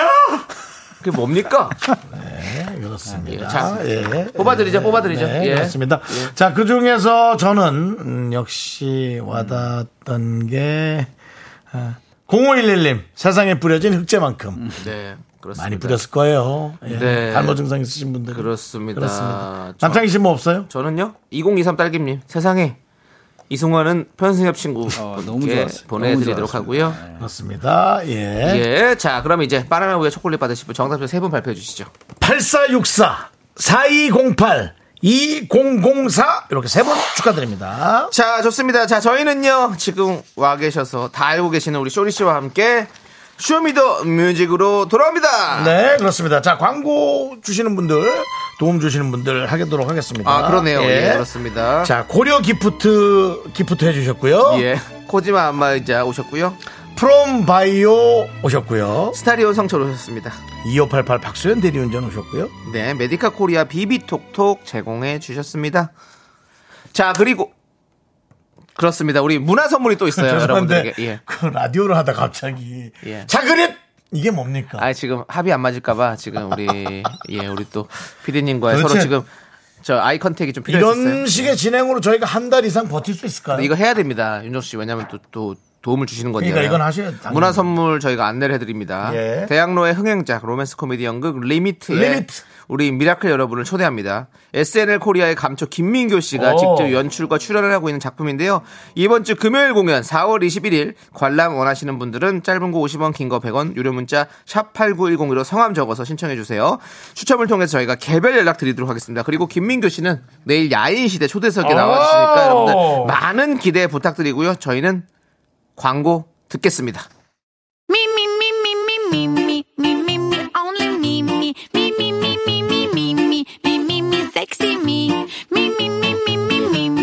Speaker 2: 그게 뭡니까?
Speaker 1: 네, 그렇습니다.
Speaker 2: 예, 자,
Speaker 1: 예.
Speaker 2: 뽑아드리죠, 뽑아드리죠.
Speaker 1: 네,
Speaker 2: 예.
Speaker 1: 그렇습니다. 자, 그 중에서 저는 음, 역시 와닿았던 게 아, 0511님 세상에 뿌려진 흑제만큼
Speaker 2: 네. 그렇습니다.
Speaker 1: 많이 뿌렸을 거예요. 예.
Speaker 2: 네.
Speaker 1: 탈모 증상 있으신 분들
Speaker 2: 그렇습니다.
Speaker 1: 그렇습니다.
Speaker 2: 저-
Speaker 1: 남창희 씨 뭐 없어요?
Speaker 2: 저는요 2023 딸기님 세상에 이승환은 편승엽 친구
Speaker 7: 어, 너무
Speaker 2: 분께
Speaker 7: 좋았어요. 너무
Speaker 2: 보내드리도록
Speaker 7: 좋았습니다.
Speaker 2: 하고요.
Speaker 1: 그렇습니다. 예.
Speaker 2: 네. 예, 자 그럼 이제 바나나 우유 초콜릿 받으실 분 정답표 세 분 발표해 주시죠.
Speaker 1: 8464 4208 2004 이렇게 세 번 축하드립니다.
Speaker 2: 자 좋습니다. 자 저희는요 지금 와 계셔서 다 알고 계시는 우리 쇼리 씨와 함께 쇼미더 뮤직으로 돌아옵니다.
Speaker 1: 네, 그렇습니다. 자, 광고 주시는 분들, 도움 주시는 분들 하도록 하겠습니다.
Speaker 2: 아 그러네요.
Speaker 1: 예.
Speaker 2: 예, 그렇습니다.
Speaker 1: 자, 고려 기프트, 기프트 해주셨고요.
Speaker 2: 예, 코지마 안마의자 오셨고요.
Speaker 1: 프롬 바이오 오셨고요.
Speaker 2: 스타리온 성철 오셨습니다.
Speaker 1: 2588 박수현 대리운전 오셨고요.
Speaker 2: 네, 메디카 코리아 비비톡톡 제공해 주셨습니다. 자, 그리고 그렇습니다. 우리 문화 선물이 또 있어요,
Speaker 1: 죄송한데,
Speaker 2: 네, 여러분들에게. 예.
Speaker 1: 그 라디오를 하다 갑자기.
Speaker 2: 예.
Speaker 1: 자, 그릿! 이게 뭡니까?
Speaker 2: 아, 지금 합이 안 맞을까봐 지금 우리 예, 우리 또 피디님과
Speaker 1: 도대체
Speaker 2: 서로 지금 저 아이 컨택이 좀
Speaker 1: 이런
Speaker 2: 필요했어요.
Speaker 1: 식의 진행으로 저희가 한 달 이상 버틸 수 있을까요?
Speaker 2: 이거 해야 됩니다, 윤정 씨. 왜냐하면 또, 또 도움을 주시는 거니까.
Speaker 1: 그러니까 이건 하셔야 돼요.
Speaker 2: 문화 선물 저희가 안내를 해드립니다.
Speaker 1: 예.
Speaker 2: 대학로의 흥행작 로맨스 코미디 연극 리미트에
Speaker 1: 리미트.
Speaker 2: 예, 우리 미라클 여러분을 초대합니다. SNL 코리아의 감초 김민교 씨가
Speaker 1: 오.
Speaker 2: 직접 연출과 출연을 하고 있는 작품인데요. 이번 주 금요일 공연 4월 21일 관람 원하시는 분들은 짧은 거 50원, 긴 거 100원, 유료 문자 샵 8910으로 성함 적어서 신청해 주세요. 추첨을 통해서 저희가 개별 연락 드리도록 하겠습니다. 그리고 김민교 씨는 내일 야인 시대 초대석에 나와 주시니까
Speaker 1: 오.
Speaker 2: 여러분들 많은 기대 부탁드리고요. 저희는 광고 듣겠습니다.
Speaker 5: Me, me, me, me, me, me, me, me, me, me, only me, me, me, me, me, me, me, me, me, me, me, me, sexy me, me, me, me, me, me, me, me,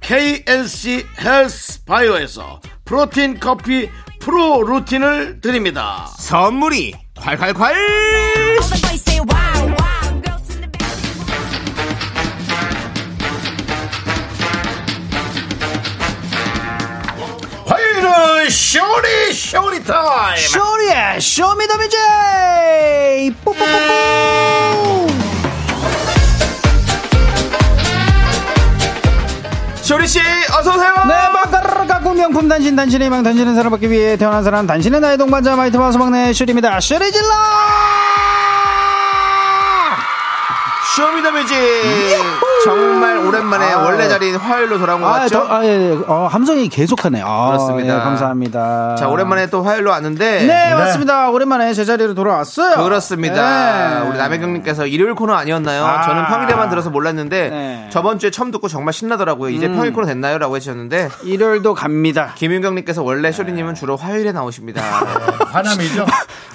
Speaker 1: KNC 헬스 바이오에서 프로틴 커피 프로 루틴을 드립니다
Speaker 2: 선물이 콸콸콸!
Speaker 5: all the boys say wow, wow, girls in the back.
Speaker 1: 화요일은 쇼리 쇼리 타임
Speaker 7: 쇼리의 쇼미더뮤직 뽀뽀뽀뽀
Speaker 2: 쇼리 씨 어서 오세요.
Speaker 7: 네, 바카르르 가꾸 명품 단신, 단신의 망, 단신은 사랑받기 위해 태어난 사람, 단신은 나의 동반자, 마이트 마우스 막내 슈리입니다. 슈리 질러!
Speaker 2: 쇼미더뮤직 정말 오랜만에 원래 자리인 화요일로 돌아온 것
Speaker 7: 아,
Speaker 2: 같죠?
Speaker 7: 더, 아, 예, 예. 어, 함성이 계속하네. 아,
Speaker 2: 그렇습니다.
Speaker 7: 예, 감사합니다.
Speaker 2: 자 오랜만에 또 화요일로 왔는데
Speaker 7: 네, 맞습니다. 오랜만에 제자리로 돌아왔어요.
Speaker 2: 그렇습니다.
Speaker 7: 네.
Speaker 2: 우리 남해경님께서 일요일 코너 아니었나요?
Speaker 7: 아.
Speaker 2: 저는 평일에만 들어서 몰랐는데
Speaker 7: 네. 음.
Speaker 2: 저번 주에 처음 듣고 정말 신나더라고요. 이제 평일 코너 됐나요?라고 해주셨는데
Speaker 7: 네, 일요일도 갑니다.
Speaker 2: 김윤경님께서 원래 쇼리님은 주로 화요일에
Speaker 7: 네.
Speaker 2: 나오십니다.
Speaker 1: 화남이죠.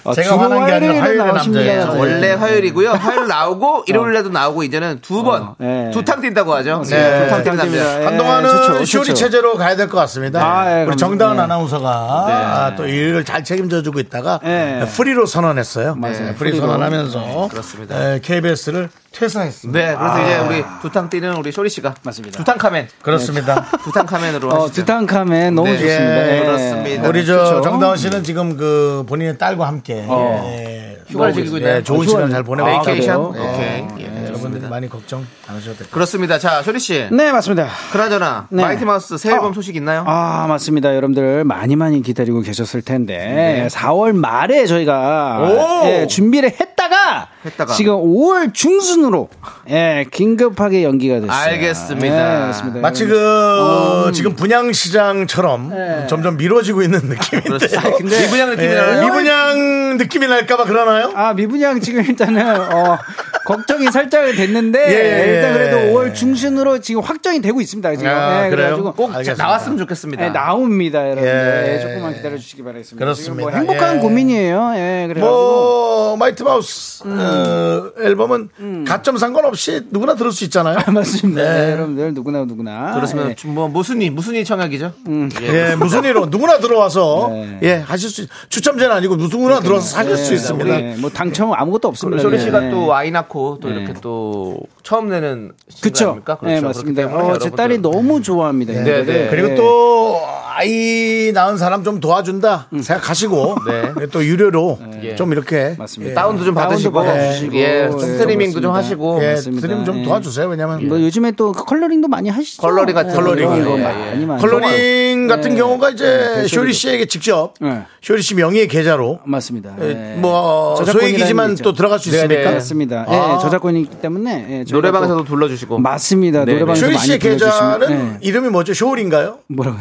Speaker 7: 아,
Speaker 1: 제가
Speaker 7: 주로
Speaker 1: 화난 게 아니라
Speaker 7: 화요일에
Speaker 1: 화요일에
Speaker 7: 나오십니다.
Speaker 1: 남자예요.
Speaker 2: 자,
Speaker 7: 네.
Speaker 2: 원래 화요일이고요. 화요일 나오고 일요일에도 나오고 이제는 두 번,
Speaker 7: 어. 네.
Speaker 2: 두 탕 뛴다고 하죠.
Speaker 1: 네.
Speaker 2: 두탕 뛰는
Speaker 7: 감사합니다.
Speaker 2: 남자.
Speaker 7: 예,
Speaker 1: 한동안은 쇼리
Speaker 7: 좋죠, 좋죠.
Speaker 1: 체제로 가야 될 것 같습니다.
Speaker 7: 아, 예,
Speaker 1: 우리
Speaker 7: 그럼,
Speaker 1: 정다은
Speaker 7: 네.
Speaker 1: 아나운서가 아, 또 일을 잘 책임져주고 있다가
Speaker 7: 네.
Speaker 1: 프리로 선언했어요. 네, 프리
Speaker 7: 프리로.
Speaker 1: 선언하면서
Speaker 2: 그렇습니다.
Speaker 1: KBS를 퇴사했습니다.
Speaker 2: 네, 그래서 이제 우리 두탕 뛰는 우리 쇼리 씨가
Speaker 7: 아. 맞습니다.
Speaker 2: 두탕 카멘,
Speaker 1: 그렇습니다.
Speaker 2: 두탕 카멘으로
Speaker 7: 어,
Speaker 2: 하시죠.
Speaker 7: 두탕카멘 너무
Speaker 2: 네.
Speaker 7: 좋습니다.
Speaker 1: 예,
Speaker 7: 예.
Speaker 2: 그렇습니다.
Speaker 1: 우리 저
Speaker 7: 그렇죠.
Speaker 1: 정다은 씨는 지금 그 본인의 딸과 함께 예,
Speaker 2: 휴가를 즐기고
Speaker 1: 예,
Speaker 2: 있네요.
Speaker 1: 좋은
Speaker 7: 휴가를-
Speaker 1: 시간 잘 보내고
Speaker 2: 베이케이션.
Speaker 7: 아,
Speaker 1: 있다고. 예.
Speaker 7: 어.
Speaker 2: 오케이. 예,
Speaker 1: 예, 여러분들
Speaker 2: 좋습니다.
Speaker 1: 많이 걱정 안 하셔도 될것
Speaker 2: 그렇습니다. 자, 쇼리 씨.
Speaker 7: 네, 맞습니다.
Speaker 2: 그나저나
Speaker 7: 네.
Speaker 2: 마이티 마우스 새 앨범
Speaker 7: 어.
Speaker 2: 소식 있나요?
Speaker 7: 아, 맞습니다. 여러분들 많이 많이 기다리고 계셨을 텐데 4월 말에 저희가
Speaker 2: 네. 오!
Speaker 7: 예, 준비를 했다가,
Speaker 2: 했다가.
Speaker 7: 지금 5월 중순으로 예, 긴급하게 연기가 됐어요.
Speaker 2: 알겠습니다.
Speaker 7: 예,
Speaker 2: 네.
Speaker 7: 맞습니다.
Speaker 1: 마치 그
Speaker 2: 음.
Speaker 1: 지금 분양 시장처럼 점점 미뤄지고 있는 느낌인데
Speaker 2: 네. 그렇죠.
Speaker 1: 네.
Speaker 2: 그렇습니다.
Speaker 7: 예.
Speaker 2: 미분양 느낌이 나요.
Speaker 1: 미분양 느낌이 날까봐 그러나요?
Speaker 7: 아, 미분양 지금 일단은, 어, 걱정이 살짝 됐는데,
Speaker 1: 예, 예.
Speaker 7: 일단 그래도 5월 중순으로 지금 확정이 되고 있습니다. 지금.
Speaker 1: 아, 그래요?
Speaker 7: 예, 그래가지고
Speaker 2: 네, 꼭
Speaker 1: 알겠습니다.
Speaker 2: 나왔으면 좋겠습니다.
Speaker 7: 예, 나옵니다, 여러분.
Speaker 1: 예.
Speaker 7: 예. 조금만 기다려주시기 바라겠습니다.
Speaker 1: 그렇습니다.
Speaker 7: 지금 뭐 행복한
Speaker 1: 예.
Speaker 7: 고민이에요. 예, 그래가지고.
Speaker 1: 뭐 마이트 마우스
Speaker 2: 음.
Speaker 1: 어, 앨범은 가점 상관없이 누구나 들을 수 있잖아요.
Speaker 7: 맞습니다. 예, 여러분들 누구나 누구나.
Speaker 2: 네. 그렇습니다.
Speaker 7: 예.
Speaker 2: 뭐 무순이 무순이 청약이죠?
Speaker 1: 예, 무슨 일로 누구나 들어와서
Speaker 7: 네.
Speaker 1: 예 하실 수 있- 추첨제는 아니고 누구나 들어와서 사귈
Speaker 2: 네,
Speaker 1: 수 있습니다.
Speaker 7: 예, 뭐 당첨 아무것도 없습니다.
Speaker 2: 쇼리 씨가
Speaker 7: 예.
Speaker 2: 또 아이 낳고 또 이렇게 또 처음 내는
Speaker 7: 네. 그쵸?
Speaker 2: 니 그렇죠.
Speaker 7: 예,
Speaker 2: 그렇기
Speaker 7: 맞습니다.
Speaker 2: 때문에
Speaker 7: 어, 제
Speaker 2: 여러분들
Speaker 7: 딸이 너무 좋아합니다. 이
Speaker 2: 네,
Speaker 7: 노래.
Speaker 2: 네.
Speaker 1: 그리고
Speaker 7: 예.
Speaker 1: 또 아이 낳은 사람 좀 도와준다 생각하시고
Speaker 2: 음. 네.
Speaker 1: 또 유료로
Speaker 2: 예.
Speaker 1: 좀 이렇게
Speaker 7: 맞습니다.
Speaker 1: 예,
Speaker 2: 다운도 좀
Speaker 7: 다운도
Speaker 2: 받으시고
Speaker 7: 받아주시고.
Speaker 2: 예,
Speaker 7: 예,
Speaker 2: 스트리밍도 좀
Speaker 7: 그렇습니다.
Speaker 2: 하시고
Speaker 1: 예,
Speaker 7: 맞습니다.
Speaker 1: 드림 좀
Speaker 7: 예.
Speaker 1: 도와주세요. 왜냐면
Speaker 7: 뭐 요즘에 또 컬러링도 많이 하시죠.
Speaker 2: 컬러링 같은
Speaker 1: 컬러링.
Speaker 7: 이런 거
Speaker 1: 예,
Speaker 7: 많이
Speaker 2: 예.
Speaker 7: 많이.
Speaker 1: 컬러링 같은 경우가 이제
Speaker 7: 예. 네,
Speaker 1: 쇼리 씨에게 직접
Speaker 7: 네.
Speaker 1: 쇼리 씨 명의의 계좌로
Speaker 7: 맞습니다. 예.
Speaker 1: 뭐
Speaker 7: 저작권이라는 게
Speaker 1: 소액이지만
Speaker 7: 있죠.
Speaker 1: 또 들어갈 수
Speaker 2: 네,
Speaker 1: 있습니까?
Speaker 2: 네.
Speaker 7: 맞습니다. 예,
Speaker 1: 아.
Speaker 7: 저작권이기 때문에 예, 저희가
Speaker 2: 노래방에서도
Speaker 7: 또-
Speaker 2: 불러주시고
Speaker 7: 맞습니다.
Speaker 2: 네,
Speaker 7: 노래방에서
Speaker 1: 쇼리
Speaker 7: 많이
Speaker 1: 씨의
Speaker 7: 불러주시면-
Speaker 1: 계좌는
Speaker 7: 예.
Speaker 1: 이름이 뭐죠? 쇼울인가요?
Speaker 7: 뭐라고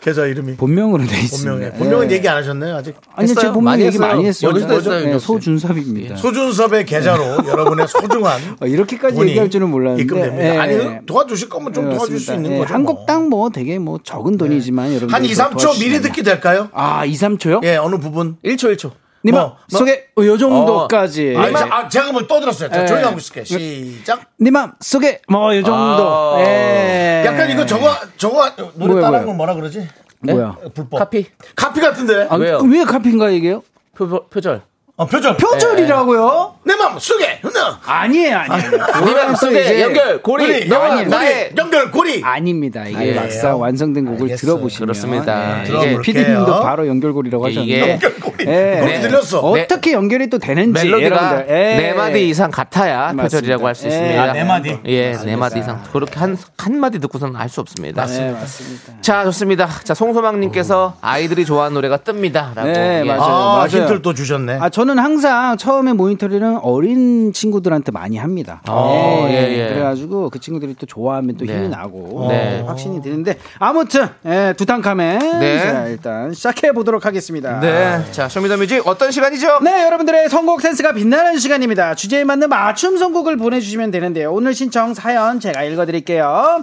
Speaker 1: 계좌 이름이
Speaker 7: 본명으로 돼 있습니다. 예.
Speaker 1: 본명에 본명은 얘기 안 하셨나요 아직?
Speaker 7: 아니요,
Speaker 2: 했어요?
Speaker 7: 제 본명
Speaker 2: 많이
Speaker 7: 얘기 많이
Speaker 2: 했어요.
Speaker 7: 했어요.
Speaker 2: 어디서
Speaker 7: 네,
Speaker 2: 했어요, 윤정 씨?
Speaker 7: 소준섭입니다.
Speaker 1: 예, 소준섭의 계좌로 여러분의 소중한
Speaker 7: 예. 어, 이렇게까지
Speaker 1: 돈이
Speaker 7: 얘기할 줄은 몰랐는데
Speaker 1: 입금됩니다.
Speaker 7: 예.
Speaker 1: 아니 도와주실 거면 좀
Speaker 7: 네,
Speaker 1: 도와줄 수
Speaker 7: 맞습니다.
Speaker 1: 있는
Speaker 7: 예,
Speaker 1: 거죠. 네.
Speaker 7: 한국당 뭐 되게 뭐 적은 돈이지만 여러분
Speaker 1: 한 2, 3초 미리 듣기 될까요?
Speaker 7: 아, 2, 3초요?
Speaker 1: 예, 어느 부분?
Speaker 2: 1초 예. 1초.
Speaker 7: 님아
Speaker 1: 뭐, 뭐.
Speaker 7: 속에 요 정도까지.
Speaker 1: 아니, 자, 아, 제가 뭘 떠들었어요. 자,
Speaker 7: 예.
Speaker 1: 조용히 하고 있을게요. 시작.
Speaker 7: 님아 속에 뭐 요 정도.
Speaker 2: 아.
Speaker 7: 예.
Speaker 1: 약간 이거 저거, 예? 저거, 노래
Speaker 7: 뭐야,
Speaker 1: 따라한
Speaker 7: 뭐야.
Speaker 1: 걸 뭐라 그러지? 어,
Speaker 7: 뭐야?
Speaker 1: 불법.
Speaker 2: 카피
Speaker 1: 카피 같은데?
Speaker 7: 아,
Speaker 2: 왜요?
Speaker 7: 왜 카피인가 이게요?
Speaker 2: 표, 표절.
Speaker 1: 어, 표절. 네.
Speaker 2: 네.
Speaker 7: 표절이라고요?
Speaker 1: 내 마음 속에, 흔나.
Speaker 7: 아니에요, 아니에요.
Speaker 1: 뭐.
Speaker 2: 니만 속에
Speaker 7: 이제-
Speaker 2: 연결 고리
Speaker 1: 고리,
Speaker 2: 너와
Speaker 1: 아니, 고리,
Speaker 2: 나의
Speaker 1: 연결, 고리.
Speaker 7: 아닙니다. 이게
Speaker 2: 예.
Speaker 7: 막상 완성된 곡을
Speaker 1: 알겠어요.
Speaker 7: 들어보시면
Speaker 2: 그렇습니다.
Speaker 7: 예.
Speaker 1: 들어볼게요.
Speaker 7: 이게 피디님도 바로 연결고리라고
Speaker 2: 이게-
Speaker 7: 하셨는데
Speaker 1: 연결고리.
Speaker 7: 예.
Speaker 1: 고리
Speaker 2: 네.
Speaker 1: 들렸어.
Speaker 2: 어? 네.
Speaker 7: 어떻게 연결이 또 되는지
Speaker 2: 멜로디가
Speaker 7: 여러분들. 예.
Speaker 2: 네 마디 이상 같아야
Speaker 7: 맞습니다.
Speaker 2: 표절이라고 할 수
Speaker 7: 예.
Speaker 2: 있습니다.
Speaker 7: 아, 네
Speaker 1: 마디?
Speaker 2: 예, 네 마디 이상. 그렇게 한, 한 마디 듣고서는 알 수 없습니다.
Speaker 7: 네, 맞습니다.
Speaker 2: 자, 좋습니다. 자, 송소망님께서 아이들이 좋아하는 노래가 뜹니다. 라고.
Speaker 7: 네,
Speaker 2: 예.
Speaker 7: 맞아요.
Speaker 1: 아,
Speaker 7: 맞아요.
Speaker 1: 힌트를 또 주셨네.
Speaker 7: 아 저는 항상 처음에 모니터링은 어린 친구들한테 많이 합니다.
Speaker 2: 어,
Speaker 7: 예,
Speaker 2: 예, 예.
Speaker 7: 그래가지고 그 친구들이 또 좋아하면 또
Speaker 2: 네.
Speaker 7: 힘이 나고
Speaker 2: 네.
Speaker 7: 확신이 드는데 아무튼 예, 두탕카멘
Speaker 2: 네.
Speaker 7: 자, 일단 시작해 보도록 하겠습니다.
Speaker 2: 네. 자, 쇼미더뮤직 어떤 시간이죠?
Speaker 7: 네, 여러분들의 선곡 센스가 빛나는 시간입니다. 주제에 맞는 맞춤 선곡을 보내주시면 되는데요. 오늘 신청 사연 제가 읽어드릴게요.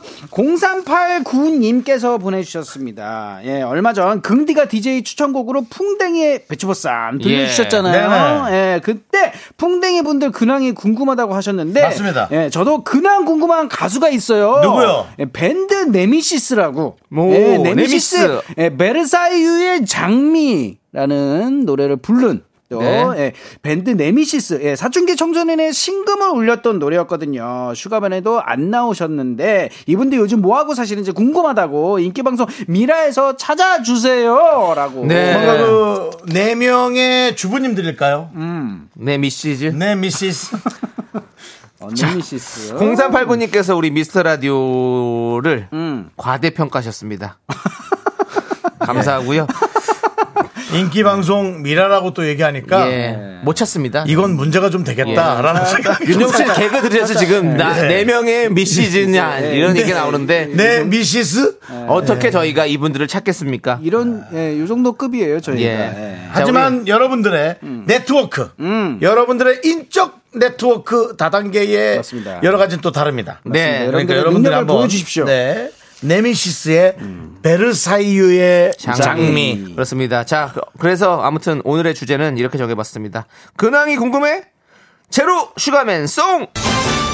Speaker 7: 0389님께서 보내주셨습니다. 예, 얼마 전 긍디가 DJ 추천곡으로 풍뎅이의
Speaker 1: 예.
Speaker 7: 배추보쌈
Speaker 1: 네,
Speaker 7: 들려주셨잖아요. 예, 그때 풍뎅이 분들 근황이 궁금하다고 하셨는데.
Speaker 1: 맞습니다.
Speaker 7: 예, 저도 근황 궁금한 가수가 있어요.
Speaker 1: 누구요?
Speaker 7: 예, 밴드 네미시스라고.
Speaker 2: 오,
Speaker 7: 예, 네미시스.
Speaker 2: 네미시스.
Speaker 7: 예, 베르사유의 장미라는 노래를 부른 또
Speaker 2: 네.
Speaker 7: 예, 밴드 네미시스 예, 사춘기 청소년의 신금을 울렸던 노래였거든요. 슈가반에도 안 나오셨는데 이분들 요즘 뭐 하고 사시는지 궁금하다고 인기 방송 미라에서 찾아주세요라고.
Speaker 1: 뭔가
Speaker 2: 네.
Speaker 1: 그, 네 명의 주부님들일까요?
Speaker 2: 네, 미시즈.
Speaker 1: 네, 미시스.
Speaker 7: 어, 네미시스.
Speaker 2: 0389님께서 우리 미스터 라디오를
Speaker 7: 음.
Speaker 2: 과대평가하셨습니다. 예. 감사하고요.
Speaker 1: 인기 방송 미라라고 또 얘기하니까
Speaker 2: 예. 못 찾습니다.
Speaker 1: 이건 문제가 좀 되겠다라는 생각이
Speaker 2: 윤종
Speaker 1: 좀
Speaker 2: 신 개그 들으셔서 지금 나,
Speaker 1: 예.
Speaker 2: 네 명의 미시즈냐 이런 얘기 나오는데
Speaker 1: 네 미시스
Speaker 2: 예. 어떻게 저희가 이분들을 찾겠습니까?
Speaker 7: 이런 예, 요 정도 급이에요 저희가.
Speaker 2: 예.
Speaker 7: 예.
Speaker 2: 자,
Speaker 1: 하지만 여러분들의 네트워크, 여러분들의 인적 네트워크 다단계의
Speaker 7: 맞습니다.
Speaker 1: 여러 가지 는또 다릅니다.
Speaker 2: 네,
Speaker 7: 여러분들의
Speaker 1: 그러니까
Speaker 7: 능력을
Speaker 1: 여러분들이 한번
Speaker 7: 보여주십시오.
Speaker 1: 네, 네미시스의 베르사유의
Speaker 2: 장미. 장미. 그렇습니다. 자, 그래서 아무튼 오늘의 주제는 이렇게 정해봤습니다. 근황이 궁금해? 제로 슈가맨 송!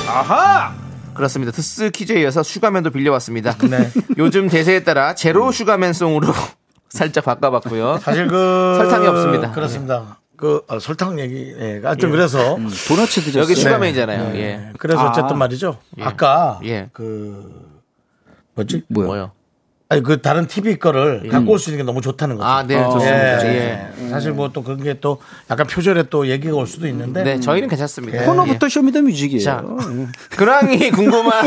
Speaker 7: 아하.
Speaker 2: 그렇습니다. 드스 퀴즈에 이어서 슈가맨도 빌려왔습니다.
Speaker 1: 네.
Speaker 2: 요즘 대세에 따라 제로 슈가맨 송으로 살짝 바꿔봤고요.
Speaker 1: 사실 그
Speaker 2: 설탕이 없습니다.
Speaker 1: 그렇습니다. 그 아, 설탕 얘기가 좀 그래서
Speaker 7: 음. 도너츠 드셨어요.
Speaker 2: 여기 슈가맨이잖아요.
Speaker 1: 네, 그래서 어쨌든 말이죠. 아까
Speaker 2: 예.
Speaker 1: 그 뭐지?
Speaker 2: 예. 뭐요?
Speaker 1: 아니 그 다른 TV 거를 갖고 올 수 있는 게 너무 좋다는 거죠.
Speaker 2: 아, 네,
Speaker 7: 어,
Speaker 2: 좋습니다. 예.
Speaker 1: 예. 사실 뭐 또 그런 게 또 약간 표절에 또 얘기가 올 수도 있는데
Speaker 2: 네, 저희는 괜찮습니다.
Speaker 7: 코너부터 쇼미더뮤직이에요.
Speaker 2: 예. 자, 근황이 궁금한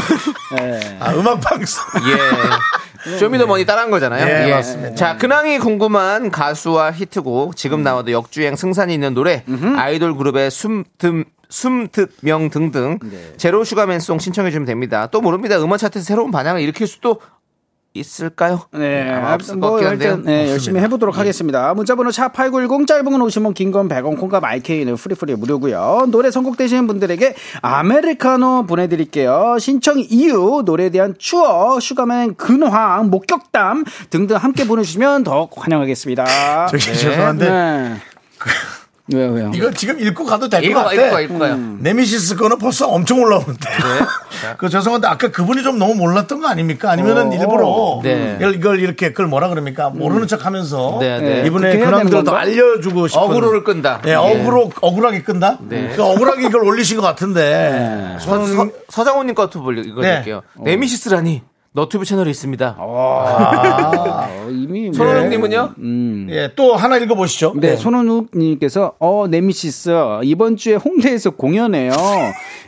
Speaker 1: 아, 음악 방송
Speaker 2: 예. 쇼미더머니 따라한 거잖아요.
Speaker 1: 예, 맞습니다.
Speaker 2: 자, 근황이 궁금한 가수와 히트곡, 지금 나와도 역주행 승산이 있는 노래, 아이돌 그룹의 숨듬 숨듣명 등등 제로 슈가맨송 신청해 주면 됩니다. 또 모릅니다. 음원 차트에서 새로운 반향을 일으킬 수도 있을까요?
Speaker 7: 네,
Speaker 2: 아마 없을 것
Speaker 7: 뭐
Speaker 2: 같긴
Speaker 7: 일단
Speaker 2: 한데요. 예.
Speaker 7: 네, 열심히 해보도록 하겠습니다. 문자번호 샵8910 짧은 50원, 긴건 100원, 콩과 마이케이는 프리프리 무료고요. 노래 선곡되시는 분들에게 아메리카노 보내드릴게요. 신청 이유, 노래에 대한 추억, 슈가맨 근황, 목격담 등등 함께 보내주시면 더욱 환영하겠습니다.
Speaker 1: 저기 죄송한데
Speaker 7: 네. 왜요, 왜요?
Speaker 1: 이거 지금 읽고 가도 될 것
Speaker 2: 읽어봐,
Speaker 1: 같아.
Speaker 2: 읽어봐, 음. 읽어봐요.
Speaker 1: 음. 네미시스 거는 벌써 엄청 올라오는데.
Speaker 2: 네.
Speaker 1: 그 죄송한데 아까 그분이 좀 너무 몰랐던 거 아닙니까? 아니면은 일부러
Speaker 2: 어. 네. 음.
Speaker 1: 이걸, 이걸 이렇게 그걸 뭐라 그럽니까? 모르는 척하면서
Speaker 2: 네, 네.
Speaker 1: 이분의
Speaker 7: 그렇게 해야 되는
Speaker 1: 근황들을 더
Speaker 7: 건가?
Speaker 1: 알려주고 싶은.
Speaker 2: 어그로를 끈다.
Speaker 1: 예, 어그로 어그하게 끈다.
Speaker 2: 네.
Speaker 1: 그 억울하게 이걸 올리신 것 같은데.
Speaker 2: 서, 서, 서장훈님 거 투브
Speaker 1: 네.
Speaker 2: 읽어드릴게요. 네미시스라니 너튜브 채널이 있습니다.
Speaker 7: 아, 어, 이미
Speaker 2: 네.
Speaker 7: 뭐-
Speaker 2: 손호영님은요?
Speaker 1: 예, 또 하나 읽어보시죠.
Speaker 7: 네, 손원욱님께서 어 네미시스 이번 주에 홍대에서 공연해요.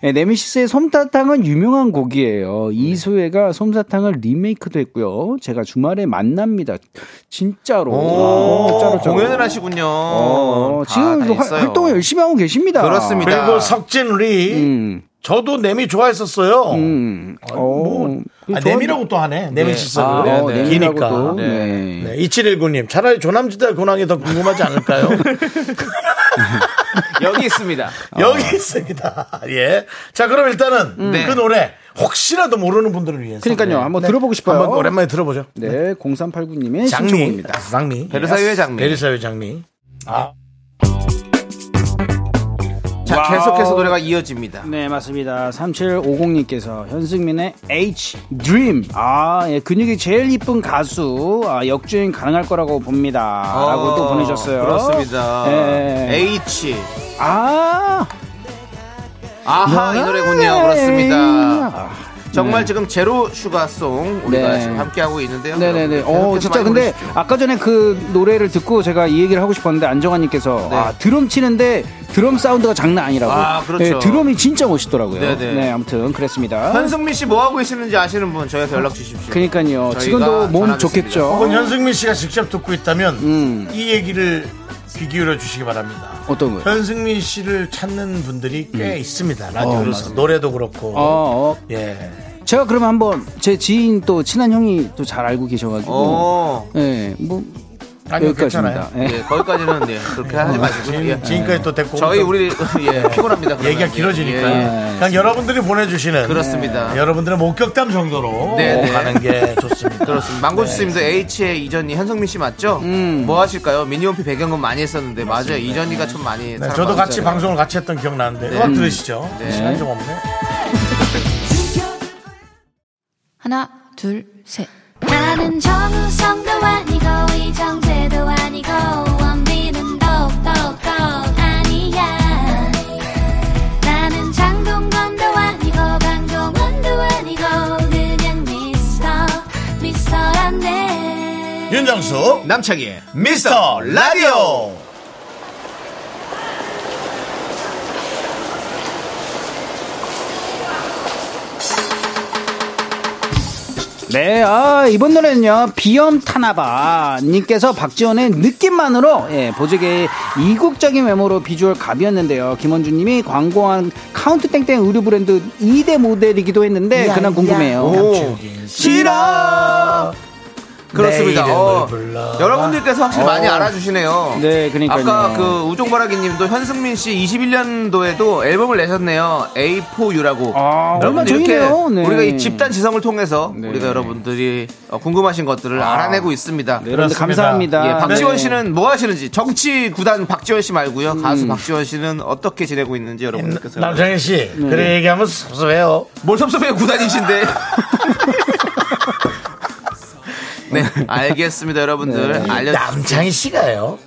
Speaker 7: 네, 네미시스의 솜사탕은 유명한 곡이에요. 이소혜가 솜사탕을 리메이크도 했고요. 제가 주말에 만납니다. 진짜로. 아,
Speaker 2: 오,
Speaker 7: 진짜로, 진짜로.
Speaker 2: 공연을 하시군요.
Speaker 7: 어,
Speaker 2: 다
Speaker 7: 지금
Speaker 2: 다
Speaker 7: 활-
Speaker 2: 있어요.
Speaker 7: 활동을 열심히 하고 계십니다. 음,
Speaker 2: 그렇습니다.
Speaker 1: 그리고 석진 리.
Speaker 2: 음.
Speaker 1: 저도 내미 좋아했었어요.
Speaker 7: 어, 뭐,
Speaker 1: 아, 내미라고 또 하네. 내미시스.
Speaker 7: 아,
Speaker 1: 네,
Speaker 7: 어,
Speaker 1: 네.
Speaker 7: 내미라고
Speaker 1: 기니까.
Speaker 7: 또. 네.
Speaker 1: 네, 2719님. 차라리 조남지대 근황이 더 궁금하지 않을까요?
Speaker 2: 여기 있습니다.
Speaker 7: 어.
Speaker 1: 여기 있습니다. 예. 자, 그럼 일단은
Speaker 2: 네.
Speaker 1: 그 노래 혹시라도 모르는 분들을 위해서.
Speaker 7: 음. 그러니까요.
Speaker 1: 네.
Speaker 7: 한번 들어보고 싶어요.
Speaker 1: 한번 오랜만에 들어보죠.
Speaker 7: 네, 0389님의
Speaker 1: 장미.
Speaker 7: 신청입니다.
Speaker 1: 장미.
Speaker 2: 베르사유의 장미.
Speaker 1: 베르사유 장미.
Speaker 2: 자, 계속해서 노래가 이어집니다.
Speaker 7: 네, 맞습니다. 3750님께서 현승민의 H Dream. 아, 예, 근육이 제일 이쁜 가수. 아, 역주행 가능할 거라고 봅니다. 라고 또 보내셨어요.
Speaker 2: 그렇습니다.
Speaker 7: 예.
Speaker 2: H.
Speaker 7: 아,
Speaker 2: 아하, 이 노래군요. 그렇습니다.
Speaker 7: 네. 아,
Speaker 2: 정말 지금 제로 슈가송 우리가
Speaker 7: 네.
Speaker 2: 지금 함께하고 있는데요.
Speaker 7: 네네네.
Speaker 2: 여러분
Speaker 7: 어,
Speaker 2: 계속해서
Speaker 7: 진짜
Speaker 2: 많이
Speaker 7: 근데
Speaker 2: 보내주십시오.
Speaker 7: 아까 전에 그 노래를 듣고 제가 이 얘기를 하고 싶었는데 안정환님께서
Speaker 2: 네.
Speaker 7: 아, 드럼 치는데 드럼 사운드가 장난 아니라고.
Speaker 2: 아, 그렇죠.
Speaker 7: 네, 드럼이 진짜 멋있더라고요.
Speaker 2: 네네.
Speaker 7: 네, 아무튼 그랬습니다.
Speaker 2: 현승민 씨 뭐 하고 계시는지 아시는 분 저희한테 연락 주십시오.
Speaker 7: 그러니까요.
Speaker 2: 저희가
Speaker 7: 지금도 몸
Speaker 2: 전하겠습니다.
Speaker 1: 혹은
Speaker 7: 좋겠죠.
Speaker 1: 현승민 씨가 직접 듣고 있다면
Speaker 7: 음.
Speaker 1: 이 얘기를 귀 기울여 주시기 바랍니다.
Speaker 7: 어떤 거요?
Speaker 1: 현승민 씨를 찾는 분들이 꽤
Speaker 2: 음. 어,
Speaker 1: 있습니다. 라디오에서 노래도 그렇고.
Speaker 7: 어, 어,
Speaker 1: 예.
Speaker 7: 제가 그러면 한번 제 지인 또 친한 형이 또 잘 알고 계셔가지고
Speaker 2: 어.
Speaker 7: 예, 뭐
Speaker 1: 아니요,
Speaker 7: 여기까지입니다.
Speaker 1: 괜찮아요.
Speaker 7: 예.
Speaker 2: 예, 거기까지는 예, 그렇게 하지 마시고. 예.
Speaker 1: 아, 지금, 지금까지 또 됐고.
Speaker 2: 저희
Speaker 1: 또
Speaker 2: 우리 예, 피곤합니다. 그러면.
Speaker 1: 얘기가
Speaker 2: 예,
Speaker 1: 길어지니까.
Speaker 2: 예, 예.
Speaker 1: 그냥 여러분들이 보내주시는.
Speaker 7: 네.
Speaker 1: 예,
Speaker 2: 그렇습니다.
Speaker 1: 여러분들의 목격담 정도로
Speaker 2: 네, 네.
Speaker 1: 가는 게 좋습니다.
Speaker 2: 그렇습니다. 망고주스님도 H의 이전이 현성민 씨 맞죠? 뭐 하실까요? 미니홈피 배경은 많이 했었는데 맞아요. 이전이가 좀 많이.
Speaker 1: 네, 저도 같이 방송을 같이 했던 기억
Speaker 2: 네.
Speaker 1: 나는데 음악 들으시죠. 시간이 좀 없네.
Speaker 8: 하나, 둘, 셋.
Speaker 5: 나는 정우성도 아니고 이정재도 아니고 원빈은 더욱더 아니야 나는 장동건도 아니고 강동원도 아니고 그냥 미스터 미스터란데
Speaker 1: 예. 윤정수,
Speaker 2: 남창희의
Speaker 1: 미스터 라디오!
Speaker 7: 네, 아, 이번 노래는요, 비염 타나바 님께서 박지원의 느낌만으로, 예, 보조개의 이국적인 외모로 비주얼 갑이었는데요. 김원준 님이 광고한 카운트 땡땡 의류 브랜드 2대 모델이기도 했는데, 그날 궁금해요. 싫어!
Speaker 2: 그렇습니다.
Speaker 1: 내일은
Speaker 2: 어,
Speaker 1: 널 불러.
Speaker 2: 여러분들께서 확실히 많이 알아주시네요.
Speaker 7: 네, 그러니까요.
Speaker 2: 아까 그 우종바라기님도 현승민 씨 21년도에도 앨범을 내셨네요. A4U라고.
Speaker 7: 아, 얼마 전이네요. 네.
Speaker 2: 우리가 이 집단 지성을 통해서
Speaker 7: 네.
Speaker 2: 우리가 여러분들이 어, 궁금하신 것들을 알아내고 있습니다.
Speaker 7: 네, 여러분들 감사합니다.
Speaker 2: 예, 박지원
Speaker 7: 네.
Speaker 2: 씨는 뭐 하시는지 정치 구단 박지원 씨 말고요. 가수 박지원 씨는 어떻게 지내고 있는지 여러분께서 네.
Speaker 1: 남정현 씨, 그래 얘기하면 섭섭해요.
Speaker 2: 뭘 섭섭해요 구단이신데. 네, 알겠습니다, 여러분들. 알려
Speaker 1: 남창희 씨가요.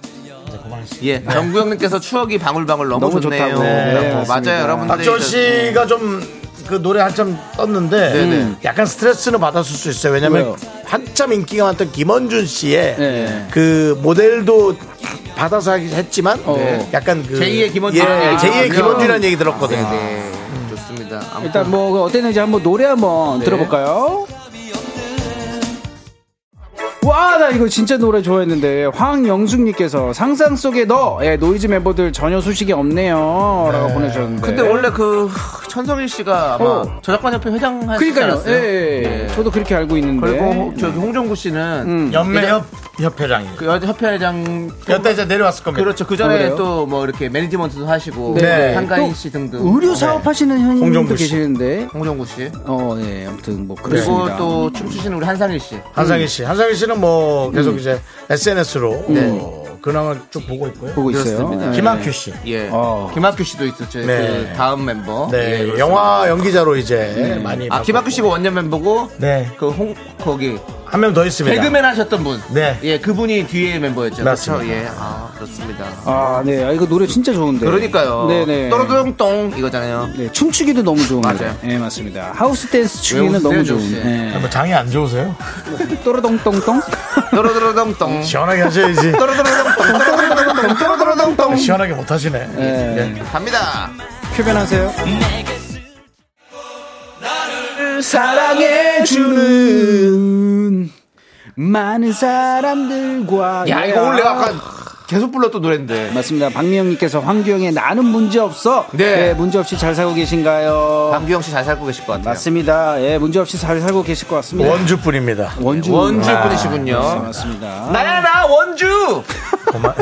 Speaker 2: 예, 정구 형님께서 추억이 방울방울 너무,
Speaker 7: 너무
Speaker 2: 좋네요.
Speaker 7: 좋다고. 네,
Speaker 2: 이라고.
Speaker 7: 맞습니다.
Speaker 2: 맞아요, 여러분들.
Speaker 1: 박지원 씨가 좀 그 노래 한참 떴는데
Speaker 2: 네, 네네.
Speaker 1: 약간 스트레스는 받았을 수 있어요. 왜냐면
Speaker 7: 왜요?
Speaker 1: 한참 인기가 많던 김원준 씨의
Speaker 7: 네.
Speaker 1: 그 모델도 받아서 하긴 했지만
Speaker 7: 네.
Speaker 1: 약간 그
Speaker 2: 어. 제2의 김원준.
Speaker 1: 예,
Speaker 2: 아,
Speaker 1: 제2의
Speaker 2: 그럼요.
Speaker 1: 김원준이라는 얘기 들었거든요.
Speaker 2: 네, 좋습니다. 아무튼
Speaker 7: 일단 뭐, 그 어땠는지 한번 노래
Speaker 2: 네.
Speaker 7: 한번 들어볼까요? 와, 나 이거 진짜 노래 좋아했는데. 황영숙님께서 상상 속의 너, 예, 노이즈 멤버들 전혀 소식이 없네요. 라고 보내주셨는데.
Speaker 2: 근데 원래 그 천성일 씨가 아마
Speaker 7: 어.
Speaker 2: 저작권 협회 회장 하시지
Speaker 7: 그러니까요. 예,
Speaker 2: 않았어요? 네.
Speaker 7: 예, 예. 저도 그렇게 알고 있는데.
Speaker 2: 그리고 홍- 저기 홍정구 씨는
Speaker 7: 음.
Speaker 1: 연매협 협회장이.
Speaker 2: 그 여- 협회 회장
Speaker 1: 여태 이제 내려왔을 겁니다.
Speaker 2: 그렇죠. 그
Speaker 7: 아,
Speaker 2: 전에
Speaker 7: 그래요?
Speaker 2: 또 뭐 이렇게 매니지먼트도 하시고 뭐
Speaker 1: 네.
Speaker 2: 한가인
Speaker 7: 또
Speaker 2: 씨 등등
Speaker 7: 의류 사업 하시는 형님도
Speaker 1: 홍정구 씨.
Speaker 7: 계시는데.
Speaker 2: 홍정구 씨
Speaker 7: 어, 예, 아무튼 뭐 그렇습니다.
Speaker 2: 그리고 또 춤추시는 우리 한상일 씨.
Speaker 1: 한상희 씨. 한상희 씨는 뭐
Speaker 2: 음.
Speaker 1: 계속 이제 SNS로
Speaker 2: 네.
Speaker 1: 뭐 근황을 쭉 보고 있고요.
Speaker 7: 보고 있어요.
Speaker 2: 그렇습니다.
Speaker 7: 예.
Speaker 1: 김학규 씨.
Speaker 2: 예.
Speaker 7: 어.
Speaker 2: 김학규 씨도 있었죠.
Speaker 1: 네.
Speaker 2: 그 다음 멤버. 예,
Speaker 1: 네,
Speaker 2: 그렇습니다.
Speaker 1: 영화 연기자로 이제 많이.
Speaker 2: 아, 김학규 씨가 원년 멤버고.
Speaker 1: 네.
Speaker 2: 그 홍, 거기.
Speaker 1: 한 명 더 있습니다.
Speaker 2: 개그맨 하셨던 분.
Speaker 1: 네.
Speaker 2: 예, 그분이 뒤에 멤버였죠.
Speaker 1: 맞습니다.
Speaker 2: 그렇죠. 예. 아, 그렇습니다.
Speaker 7: 아, 네. 아, 이거 노래 진짜 좋은데.
Speaker 2: 그러니까요.
Speaker 7: 네네.
Speaker 2: 또르동똥 이거잖아요.
Speaker 7: 네, 춤추기도 너무 좋은
Speaker 2: 맞아요.
Speaker 7: 거예요. 예, 맞습니다. 하우스 댄스 추기는
Speaker 2: 웃으세요,
Speaker 7: 너무 좋은.
Speaker 2: 조씨?
Speaker 7: 예.
Speaker 1: 뭐 장이 안 좋으세요?
Speaker 7: 또르동똥똥.
Speaker 2: 또르동똥.
Speaker 1: 시원하게 하셔야지.
Speaker 2: 또르동똥. 또르동똥. 또르동똥.
Speaker 1: 시원하게 못 하시네. 네.
Speaker 2: 갑니다.
Speaker 7: 표변하세요.
Speaker 2: 사랑해
Speaker 7: 주는 많은 사람들과
Speaker 2: 야, 이거 오늘 내가 아까 계속 불렀던 노래인데.
Speaker 7: 맞습니다. 박미영님께서 황규영의 나는 문제 없어.
Speaker 2: 네.
Speaker 7: 문제 없이 잘 살고 계신가요?
Speaker 2: 방규영 씨 잘 살고 계실 것 같아요.
Speaker 7: 맞습니다. 예, 문제 없이 잘 살고 계실 것 같습니다.
Speaker 1: 예. 원주 뿐입니다.
Speaker 7: 원주 아, 네,
Speaker 2: 원주 분이시군요.
Speaker 7: 맞습니다.
Speaker 2: 나야, 나, 원주!
Speaker 1: 고만.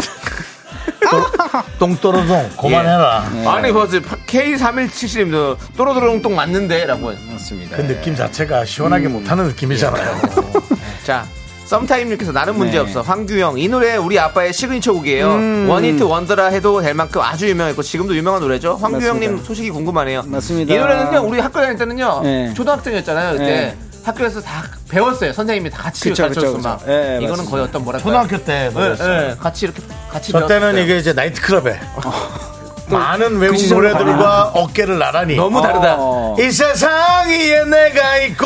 Speaker 1: 똥또로동 고만해라.
Speaker 7: 네.
Speaker 2: 아니 벌써 K3177님도 또로도롱똥 맞는데 라고
Speaker 7: 맞습니다.
Speaker 1: 그 느낌 자체가 시원하게 못하는 느낌이잖아요. 예.
Speaker 2: 자 썸타임님께서 나는
Speaker 7: 네.
Speaker 2: 문제없어 황규영 이 노래 우리 아빠의 시그니처곡이에요
Speaker 7: 음.
Speaker 2: 원히트 원더라 해도 될 만큼 아주 유명했고 지금도 유명한 노래죠 황규영님
Speaker 7: 맞습니다.
Speaker 2: 소식이 궁금하네요
Speaker 7: 맞습니다.
Speaker 2: 이 노래는요 우리 학교 다닐 때는요
Speaker 7: 네.
Speaker 2: 초등학생이었잖아요 그때
Speaker 7: 네.
Speaker 2: 학교에서 다 배웠어요 선생님이 다 같이
Speaker 7: 그쵸, 그쵸,
Speaker 2: 가르쳐줬어 막
Speaker 7: 그쵸. 예,
Speaker 2: 이거는
Speaker 7: 맞습니다.
Speaker 2: 거의 어떤 뭐랄까
Speaker 1: 초등학교 때 노래였어요.
Speaker 2: 같이 이렇게 같이
Speaker 1: 저 때는
Speaker 2: 배웠어요. 어. 그
Speaker 1: 이게 이제 나이트클럽에 많은 외국
Speaker 7: 시절로
Speaker 1: 노래들과 어깨를 나란히
Speaker 2: 너무 다르다
Speaker 7: 어.
Speaker 1: 이 세상 위에 내가 있고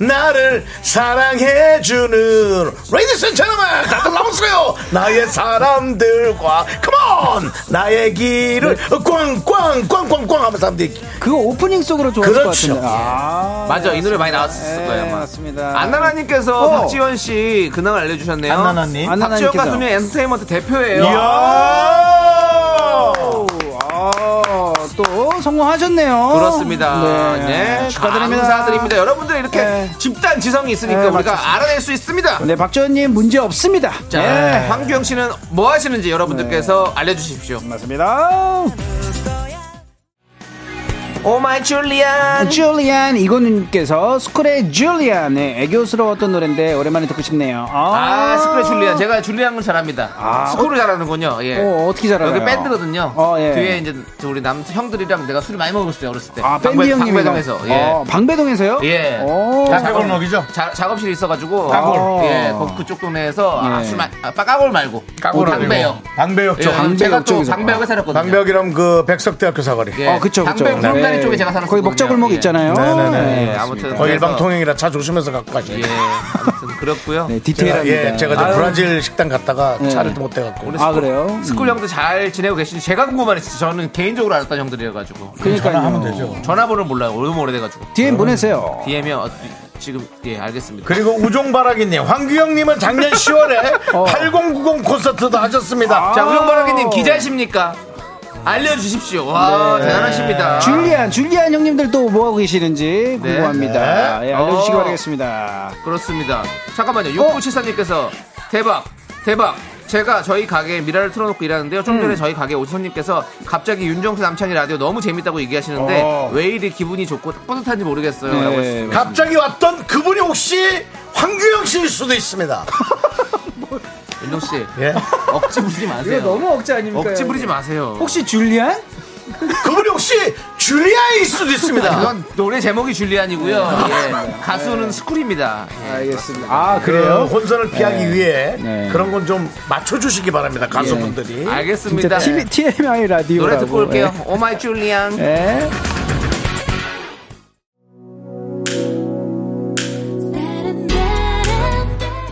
Speaker 1: 나를 사랑해주는 레이디스 앤 제너맨 다들 나오세요 나의 사람들과 컴온 나의 길을
Speaker 2: 네.
Speaker 1: 꽝꽝꽝꽝꽝 하면 사람들이
Speaker 7: 그거 오프닝 속으로 좋아할 것
Speaker 1: 그렇죠.
Speaker 7: 같은데. 아,
Speaker 2: 맞아 이 노래 많이 나왔을 거예요
Speaker 7: 예,
Speaker 2: 아마.
Speaker 7: 맞습니다.
Speaker 2: 안나라님께서
Speaker 7: 어.
Speaker 2: 박지원 씨 근황을 알려주셨네요.
Speaker 1: 안나나님.
Speaker 2: 박지원
Speaker 7: 안나나님께서.
Speaker 2: 가수는 엔터테인먼트 대표예요.
Speaker 1: 이야
Speaker 7: 오, 아, 또 성공하셨네요.
Speaker 2: 그렇습니다. 네.
Speaker 7: 축하드립니다.
Speaker 2: 감사드립니다. 여러분들 이렇게
Speaker 7: 네.
Speaker 2: 집단 지성이 있으니까
Speaker 7: 네,
Speaker 2: 우리가
Speaker 7: 맞습니다.
Speaker 2: 알아낼 수 있습니다.
Speaker 7: 네, 박지원님 문제 없습니다.
Speaker 2: 자,
Speaker 7: 네.
Speaker 2: 황규영 씨는 뭐 하시는지 여러분들께서 알려주십시오.
Speaker 7: 맞습니다.
Speaker 2: 오 마이 줄리안.
Speaker 7: 줄리안 이건님께서 스쿨의 줄리안의 애교스러웠던 노래인데 오랜만에 듣고 싶네요.
Speaker 2: 아, 스쿨의 줄리안. 제가 줄리안을 잘합니다.
Speaker 7: 아,
Speaker 2: 스쿨을 잘하는군요. 예.
Speaker 7: 어, 어떻게 잘 알아요?
Speaker 2: 여기 밴드거든요.
Speaker 7: 어, 예.
Speaker 2: 뒤에 이제 저 우리 남 형들이랑 내가 술을 많이 먹었을 때 어렸을 때.
Speaker 7: 아, 밴드
Speaker 2: 방배-
Speaker 7: 형님이
Speaker 2: 방배동에서. 예.
Speaker 7: 어, 방배동에서요? 어,
Speaker 2: 예.
Speaker 7: 오.
Speaker 2: 작업-
Speaker 1: 골목이죠?
Speaker 2: 자- 작업실이 있어가지고
Speaker 7: 까골.
Speaker 2: 예, 거- 그쪽 동네에서 아,
Speaker 7: 예.
Speaker 2: 술 마, 아, 까골 말고 방배역.
Speaker 1: 방배역
Speaker 2: 예,
Speaker 1: 쪽
Speaker 7: 방배역
Speaker 2: 제가 또
Speaker 7: 쪽에서. 아,
Speaker 2: 방배역에 살았거든요.
Speaker 1: 방배역이랑 그 백석대학교 사거리
Speaker 2: 예,
Speaker 7: 어, 그쵸, 그쵸.
Speaker 2: 방배 구름다리
Speaker 7: 네.
Speaker 2: 쪽에 제가 살았어요. 예.
Speaker 7: 거기 먹자골목 있잖아요.
Speaker 1: 네네네.
Speaker 7: 네,
Speaker 2: 아무튼
Speaker 1: 거의
Speaker 2: 어. 그래서-
Speaker 1: 일방통행이라 차 조심해서 갖고 가시죠
Speaker 2: 예, 아무튼 그렇고요.
Speaker 7: 네,
Speaker 1: 제가,
Speaker 7: 디테일합니다.
Speaker 1: 예, 제가 저
Speaker 7: 아유,
Speaker 1: 브라질 식당 갔다가 차를 못 대갖고
Speaker 7: 아, 그래요?
Speaker 2: 스쿨 형도 잘 지내고 계신지 제가 궁금하네. 진짜 저는 개인적으로 알았던 형들이라 가지고
Speaker 7: 그러니까요.
Speaker 1: 전화하면 예, 되죠.
Speaker 2: 전화번호 몰라요. 너무 오래돼가지고
Speaker 7: DM 보내세요.
Speaker 2: DM이 지금 예 알겠습니다.
Speaker 1: 그리고 우종바라기님, 황규영님은 작년 10월에 8090 콘서트도 하셨습니다.
Speaker 7: 아.
Speaker 2: 자 우영바라기님 기자십니까? 알려주십시오. 와 대단하십니다.
Speaker 7: 네. 줄리안, 줄리안 형님들 또 뭐하고 계시는지
Speaker 2: 아. 네.
Speaker 7: 궁금합니다. 예, 알려주시기
Speaker 2: 어.
Speaker 7: 바라겠습니다.
Speaker 2: 그렇습니다. 잠깐만요. 6974님께서 대박, 대박. 제가 저희 가게에 미라를 틀어놓고 일하는데요. 좀
Speaker 7: 음.
Speaker 2: 전에 저희 가게 오신 손님께서 갑자기 윤정수 남창희 라디오 너무 재밌다고 얘기하시는데
Speaker 1: 어.
Speaker 2: 왜 이리 기분이 좋고 뿌듯한지 모르겠어요.
Speaker 7: 네.
Speaker 2: 라고 했습니다.
Speaker 1: 갑자기 왔던 그분이 혹시 황규영 씨일 수도 있습니다.
Speaker 2: 윤정 씨
Speaker 1: 예.
Speaker 2: 억지 부리지 마세요.
Speaker 7: 억지 아닙니까?
Speaker 2: 억지 부리지 마세요.
Speaker 7: 혹시 줄리안?
Speaker 1: 그분이 혹시 줄리아일 수도 있습니다.
Speaker 2: 이건 노래 제목이 줄리안이고요.
Speaker 7: 네.
Speaker 2: 예. 가수는 스쿨입니다. 예.
Speaker 7: 알겠습니다. 아,
Speaker 1: 그
Speaker 7: 그래요?
Speaker 1: 혼선을 피하기 위해
Speaker 7: 네.
Speaker 1: 그런 건 좀 맞춰주시기 바랍니다. 가수분들이.
Speaker 2: 알겠습니다. 예. 네.
Speaker 7: 진짜 네. TV, TMI 라디오.
Speaker 2: 노래 듣고 올게요. 오마이 줄리안.
Speaker 7: 예.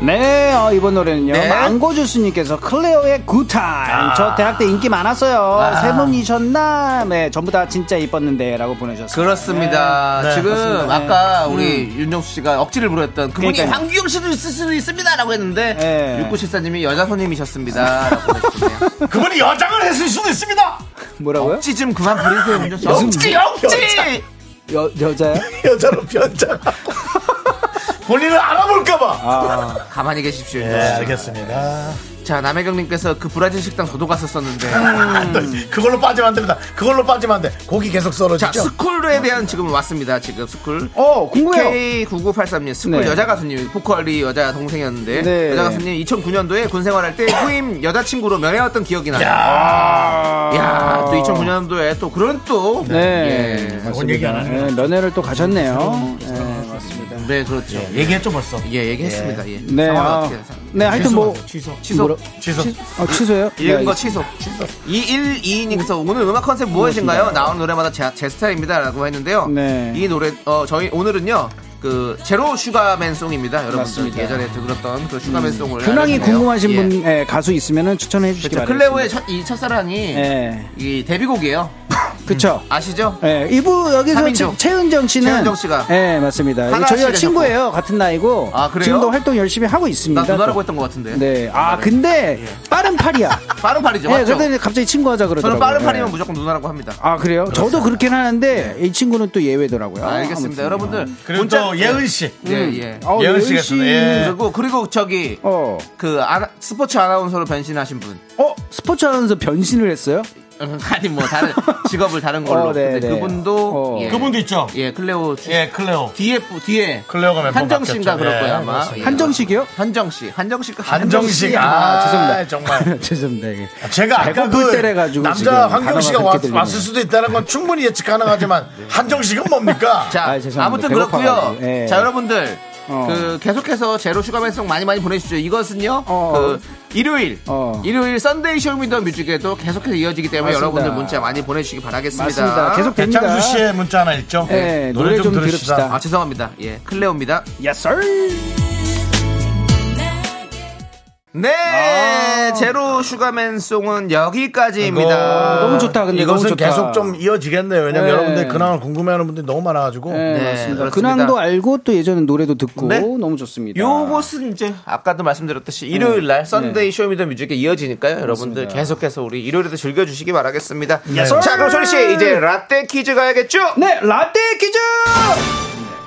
Speaker 7: 네, 어, 이번 노래는요.
Speaker 2: 네. 아.
Speaker 7: 망고 주스님께서 클레오의 굿타임. 저 대학 때 인기 많았어요. 세 분이셨나? 네, 전부 다 진짜 이뻤는데. 라고 보내주셨어요.
Speaker 2: 그렇습니다.
Speaker 1: 네,
Speaker 2: 지금
Speaker 1: 그렇습니다.
Speaker 2: 아까 우리 윤정수 씨가 억지를 부렸던 그분이
Speaker 7: 그러니까요.
Speaker 2: 황규영 씨도 있을 수도 있습니다라고 했는데
Speaker 7: 네.
Speaker 2: 육구실사님이 여자 손님이셨습니다. 라고 해주시네요.
Speaker 1: 그분이 여장을 했을 수도 있습니다.
Speaker 7: 뭐라고요?
Speaker 2: 그 억지 좀 그만 부리세요, 윤정수. 억지,
Speaker 1: 네.
Speaker 2: 억지.
Speaker 7: 여, 여자요?
Speaker 1: 여자로 변장. 본인을 알아볼까봐.
Speaker 2: 가만히 계십시오.
Speaker 1: 네,
Speaker 2: 윤정수 씨.
Speaker 1: 알겠습니다.
Speaker 2: 자 남해경님께서 그 브라질 식당 저도 갔었었는데.
Speaker 1: 아, 또 그걸로 빠지면 안 됩니다. 그걸로 빠지면 안 돼. 고기 계속
Speaker 2: 자
Speaker 1: 썰어지죠.
Speaker 2: 스쿨에 대한 지금 왔습니다. 지금 스쿨.
Speaker 7: 어, 궁금해요.
Speaker 2: K9983님 스쿨
Speaker 7: 네.
Speaker 2: 여자 가수님 보컬이 여자 동생이었는데
Speaker 7: 네.
Speaker 2: 여자 가수님 2009년도에 군 생활할 때 후임 여자친구로 면회왔던 기억이 나요. 야, 또 2009년도에 또 그런 또.
Speaker 7: 아. 네.
Speaker 2: 예. 아,
Speaker 1: 뭔 얘기 안 하는
Speaker 7: 네, 면회를 또 가셨네요. 네.
Speaker 2: 네, 그렇죠. 예,
Speaker 1: 얘기했죠 벌써.
Speaker 2: 얘기했습니다. 예.
Speaker 7: 네,
Speaker 2: 상황
Speaker 7: 아,
Speaker 2: 어떻게 돼요?
Speaker 7: 네, 하여튼 뭐.
Speaker 1: 취소.
Speaker 2: 취소.
Speaker 7: 뭐라-
Speaker 1: 취소.
Speaker 7: 취- 아, 취소요?
Speaker 2: 읽은 거 취소. 2122님께서 오늘 음악 컨셉 무엇인가요? 나오는 노래마다 제, 제 스타일입니다라고 했는데요.
Speaker 7: 네.
Speaker 2: 이 노래 어 저희 오늘은요. 그 제로 슈가맨 송입니다. 여러분들
Speaker 7: 맞습니다. 음,
Speaker 2: 예전에 들었던 그 슈가맨 송을
Speaker 7: 근황이
Speaker 2: 알려드리네요.
Speaker 7: 궁금하신
Speaker 2: 예.
Speaker 7: 분 예, 가수 있으면 추천해 주시기
Speaker 2: 그렇죠.
Speaker 7: 바랍니다.
Speaker 2: 클레오의 첫, 이 첫사랑이
Speaker 7: 예.
Speaker 2: 이 데뷔곡이에요.
Speaker 7: 그쵸.
Speaker 2: 아시죠?
Speaker 7: 예, 이부 여기서
Speaker 2: 음. 삼인조.
Speaker 7: 최, 최은정 씨는
Speaker 2: 최은정 씨가.
Speaker 7: 예, 맞습니다.
Speaker 2: 하나
Speaker 7: 저희가
Speaker 2: 씨를
Speaker 7: 친구예요. 같은 나이고
Speaker 2: 아, 그래요?
Speaker 7: 지금도 활동 열심히 하고 있습니다.
Speaker 2: 나 누나라고
Speaker 7: 또.
Speaker 2: 했던 것 같은데.
Speaker 7: 네. 아, 근데 빠른 팔이야.
Speaker 2: 빠른 팔이죠.
Speaker 7: 예,
Speaker 2: 맞죠?
Speaker 7: 그랬더니 갑자기 친구하자
Speaker 2: 저는
Speaker 7: 그러더라고요.
Speaker 2: 빠른 팔이면
Speaker 7: 예.
Speaker 2: 무조건 누나라고 합니다. 네.
Speaker 7: 아, 그래요? 저도 그렇긴 하는데 이 친구는 또 예외더라고요.
Speaker 2: 알겠습니다.
Speaker 7: 어, 아무튼.
Speaker 2: 여러분들
Speaker 1: 그리고 또 예은 씨.
Speaker 2: 예, 예.
Speaker 7: 어,
Speaker 1: 예은
Speaker 7: 예은
Speaker 1: 씨가
Speaker 7: 씨는-
Speaker 1: 예.
Speaker 2: 그리고 그리고 저기
Speaker 7: 어.
Speaker 2: 그 아나- 스포츠 아나운서로 변신하신 분.
Speaker 7: 어, 스포츠 하면서 변신을 했어요?
Speaker 2: 아니 뭐 다른 직업을 다른 걸로.
Speaker 7: 어, 네,
Speaker 2: 근데
Speaker 7: 네.
Speaker 2: 그분도
Speaker 7: 어.
Speaker 2: 예.
Speaker 1: 그분도 있죠.
Speaker 2: 예 클레오 씨.
Speaker 1: 예, 클레오.
Speaker 2: 뒤에 부- 뒤에
Speaker 1: 클레오가 몇번
Speaker 2: 한정 씨인가
Speaker 1: 바뀌었죠.
Speaker 2: 그럴
Speaker 1: 예,
Speaker 2: 거예요 아마.
Speaker 1: 그렇습니다.
Speaker 2: 예.
Speaker 7: 한정식이요?
Speaker 2: 한정 씨. 한정 씨.
Speaker 1: 안정식. 아,
Speaker 7: 아, 죄송합니다.
Speaker 1: 정말.
Speaker 7: 죄송합니다. 예. 이게.
Speaker 1: 제가 아까
Speaker 7: 배고플
Speaker 1: 그
Speaker 7: 때래가지고
Speaker 1: 남자
Speaker 7: 지금
Speaker 1: 황경 씨가
Speaker 7: 단어가
Speaker 1: 왔,
Speaker 7: 그렇게 들리네요. 네.
Speaker 1: 왔을 수도 있다는 건 충분히 예측 가능하지만 한정식은 뭡니까?
Speaker 2: 자,
Speaker 7: 아, 죄송합니다.
Speaker 2: 아, 무튼
Speaker 7: 배고파가지고.
Speaker 2: 그렇고요.
Speaker 7: 예.
Speaker 2: 자, 여러분들
Speaker 7: 어.
Speaker 2: 그 계속해서 제로 슈가 발송 많이 많이 보내주시죠. 이것은요,
Speaker 7: 어.
Speaker 2: 그 일요일,
Speaker 7: 어.
Speaker 2: 일요일 썬데이 쇼미더 뮤직에도 계속해서 이어지기 때문에
Speaker 7: 맞습니다.
Speaker 2: 여러분들 문자 많이 보내주시기 바라겠습니다.
Speaker 7: 맞습니다. 계속 됩니다.
Speaker 1: 배창수 씨의 문자 하나 읽죠. 네,
Speaker 7: 예, 노래 좀 들읍시다.
Speaker 2: 아 죄송합니다. 예, 클레오입니다.
Speaker 7: Yes, sir.
Speaker 2: 네,
Speaker 7: 아.
Speaker 2: 제로 슈가맨 송은 여기까지입니다.
Speaker 1: 이거
Speaker 7: 너무 좋다. 근데
Speaker 1: 이것은
Speaker 7: 너무 좋다.
Speaker 1: 계속 좀 이어지겠네요. 왜냐면
Speaker 7: 네.
Speaker 1: 여러분들 근황을 궁금해하는 분들이 너무 많아가지고.
Speaker 7: 네,
Speaker 2: 네,
Speaker 7: 맞습니다.
Speaker 2: 그렇습니다.
Speaker 7: 근황도 알고 또 예전에 노래도 듣고
Speaker 2: 네.
Speaker 7: 너무 좋습니다.
Speaker 2: 요것은 이제 아까도 말씀드렸듯이 일요일
Speaker 7: 음.
Speaker 2: 날 썬데이
Speaker 7: 네.
Speaker 2: 쇼미더 뮤직에 이어지니까요. 여러분들 계속해서 우리 일요일에도 즐겨주시기 바라겠습니다. 자, 그럼 소리 씨 이제 라떼 퀴즈 가야겠죠?
Speaker 7: 네, 라떼 퀴즈!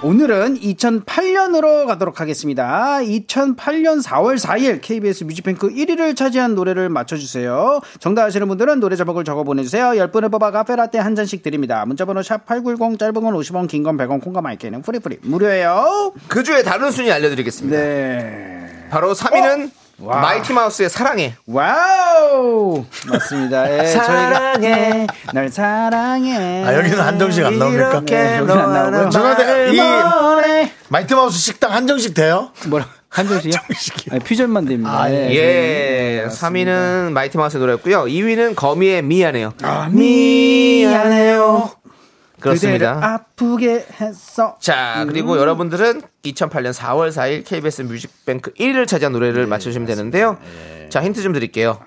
Speaker 7: 오늘은 2008년으로 가도록 하겠습니다. 2008년 4월 4일 KBS 뮤직뱅크 1위를 차지한 노래를 맞춰주세요. 정답 아시는 분들은 노래 제목을 적어 보내주세요. 10분을 뽑아 카페라떼 한 잔씩 드립니다. 문자번호 샵8910 짧은 건 50원, 긴 건 100원, 콩과 마이크는 프리프리 무료예요.
Speaker 2: 그 주에 다른 순위 알려드리겠습니다.
Speaker 7: 네. 어?
Speaker 2: 바로 3위는 마이티 마우스의 사랑해.
Speaker 7: 와우! 맞습니다. 예, 사랑해. 날 사랑해.
Speaker 1: 아, 여기는 한정식 안 나옵니까?
Speaker 7: 네, 여기는 안 나오고요.
Speaker 1: 죄송한데, 이
Speaker 7: 뭐래?
Speaker 1: 마이트마우스 식당 한정식 돼요?
Speaker 7: 뭐라 한정식이요? 아니, 퓨전만 됩니다. 예.
Speaker 2: 예, 3위는 마이티 마우스 노래였고요. 2위는 거미의 미안해요.
Speaker 7: 미안해요. 그대를
Speaker 2: 그렇습니다.
Speaker 7: 아프게 음, 했어.
Speaker 2: 자, 그리고 여러분들은 2008년 4월 4일 KBS 뮤직뱅크 1위를 차지한
Speaker 7: 예,
Speaker 2: 노래를 맞춰주시면 되는데요. 자, 힌트 좀 드릴게요.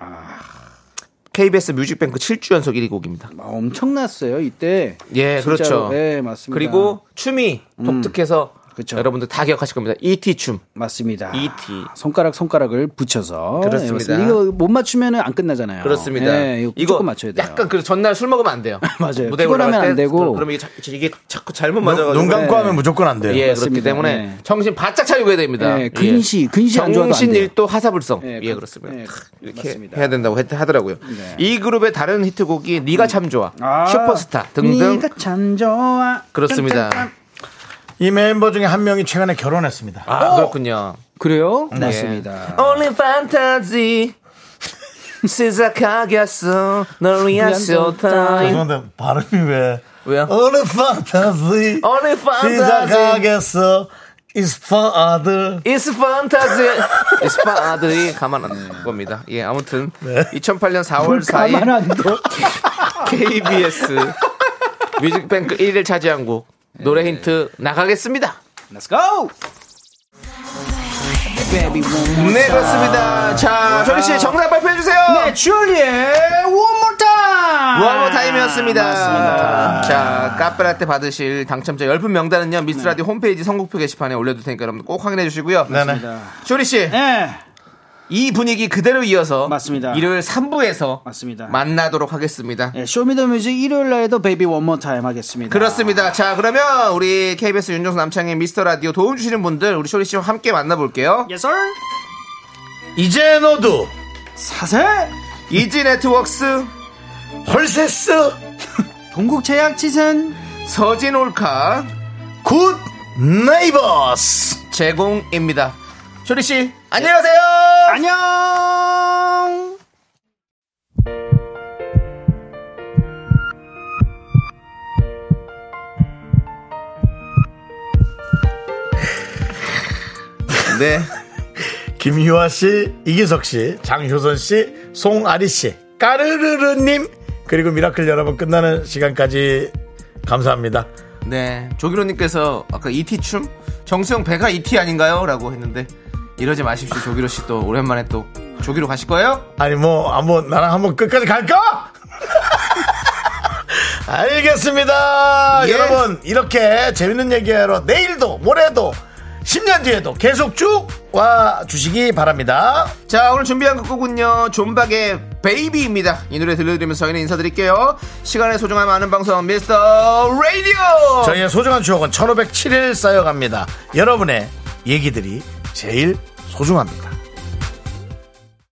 Speaker 2: KBS 뮤직뱅크 7주 연속 1위 곡입니다.
Speaker 7: 아, 엄청났어요 이때.
Speaker 2: 예,
Speaker 7: 진짜로.
Speaker 2: 그렇죠.
Speaker 7: 예, 맞습니다.
Speaker 2: 그리고 춤이 독특해서
Speaker 7: 그쵸. 아.
Speaker 2: 여러분들 다 기억하실 겁니다. 이티 춤. E
Speaker 7: 맞습니다.
Speaker 2: E.T..
Speaker 7: 손가락 손가락을 붙여서
Speaker 2: 그렇습니다.
Speaker 7: 예, 맞습니다. 이거 못 맞추면은 안 끝나잖아요.
Speaker 2: 그렇습니다.
Speaker 7: 예, 이거, 무조건 맞춰야 돼요.
Speaker 2: 약간 그 전날 술 먹으면 안 돼요.
Speaker 7: 맞아요.
Speaker 2: 무대 올라갈
Speaker 7: 피곤하면
Speaker 2: 때
Speaker 7: 안 되고.
Speaker 2: 그럼 이게, 자, 이게 자꾸 잘못 맞아가지고.
Speaker 1: 눈 감고
Speaker 7: 네.
Speaker 1: 하면 무조건 안 돼요.
Speaker 2: 예, 그렇기
Speaker 7: 맞습니다.
Speaker 2: 때문에
Speaker 7: 예.
Speaker 2: 정신 바짝 차리고 해야 됩니다.
Speaker 7: 예, 근시,
Speaker 2: 예.
Speaker 7: 근시 안 좋아도 안
Speaker 2: 정신
Speaker 7: 돼요.
Speaker 2: 일도 하사불성. 예,
Speaker 7: 예,
Speaker 2: 그렇습니다.
Speaker 7: 예,
Speaker 2: 탁, 이렇게
Speaker 7: 맞습니다. 네.
Speaker 2: 해야 된다고 했- 하더라고요. 이 그룹의 다른 히트곡이 네가 참 좋아,
Speaker 7: 아.
Speaker 2: 슈퍼스타 등등
Speaker 7: 네가 참 좋아.
Speaker 2: 그렇습니다.
Speaker 1: 이 멤버 중에 한 명이 최근에 결혼했습니다.
Speaker 2: 아, 그렇군요.
Speaker 7: 어!
Speaker 2: 예.
Speaker 7: 그래요? 맞습니다.
Speaker 2: Only fantasy 시작하겠어 널 위한 쇼타임
Speaker 1: 죄송한데 발음이 왜?
Speaker 2: 왜요?
Speaker 1: 어느 판타지
Speaker 2: Only fantasy
Speaker 1: 시작하겠어. 이스파아들
Speaker 2: It's fantasy It's f a 들이 가만 안 겁니다 예 아무튼 2008년 4월 4일
Speaker 7: 네. 가만 안 둬.
Speaker 2: KBS 뮤직뱅크 1위를 차지한 곡 노래 힌트 나가겠습니다
Speaker 7: Let's go. Baby one more
Speaker 2: 네
Speaker 7: time.
Speaker 2: 그렇습니다 자 조리씨 정답 발표해주세요
Speaker 7: 네, 줄리의 one more time.
Speaker 2: 워머 타임이었습니다.
Speaker 7: 맞습니다.
Speaker 2: 자, 카페라떼 받으실 당첨자 10분 명단은요, 미스
Speaker 7: 네.
Speaker 2: 라디오 홈페이지 선곡표 게시판에 올려둘 테니까 여러분 꼭 확인해 주시고요.
Speaker 1: 네네.
Speaker 2: 쇼리씨,
Speaker 7: 네,
Speaker 2: 이 분위기 그대로 이어서
Speaker 7: 맞습니다.
Speaker 2: 일요일 3부에서
Speaker 7: 맞습니다.
Speaker 2: 만나도록 하겠습니다.
Speaker 7: 네, 쇼미더뮤직 일요일 날에도 베이비 one more time 하겠습니다.
Speaker 2: 그렇습니다. 자, 그러면 우리 KBS 윤정수 남창의 미스터 라디오 도움 주시는 분들, 우리 쇼리씨와 함께 만나볼게요.
Speaker 7: 예설
Speaker 1: 이제 너도
Speaker 7: 사세
Speaker 2: 이지 네트웍스,
Speaker 1: 홀세스
Speaker 7: 동국 제약 치센
Speaker 2: 서진 올카
Speaker 1: 굿 네이버스
Speaker 2: 제공입니다. 쇼리씨, 안녕하세요!
Speaker 7: 안녕.
Speaker 2: 네.
Speaker 1: 김유아 씨, 이기석 씨, 장효선 씨, 송아리 씨, 까르르르님 그리고 미라클 여러분 끝나는 시간까지 감사합니다.
Speaker 2: 네. 조기로님께서 아까 이티 춤? 정수영 배가 이티 아닌가요? 라고 했는데 이러지 마십시오. 조기로 씨 또 오랜만에 또 조기로 가실 거예요?
Speaker 1: 아니 뭐 한번 나랑 한번 끝까지 갈까? 알겠습니다.
Speaker 2: 예.
Speaker 1: 여러분 이렇게 재밌는 얘기로 내일도 모레도 10년 뒤에도 계속 쭉 와 주시기 바랍니다.
Speaker 2: 자, 오늘 준비한 곡은요. 존박의 베이비입니다. 이 노래 들려드리면서 저희는 인사드릴게요. 시간의 소중함 아는 방송 미스터 라디오!
Speaker 1: 저희의 소중한 추억은 1507일 쌓여갑니다. 여러분의 얘기들이 제일 소중합니다.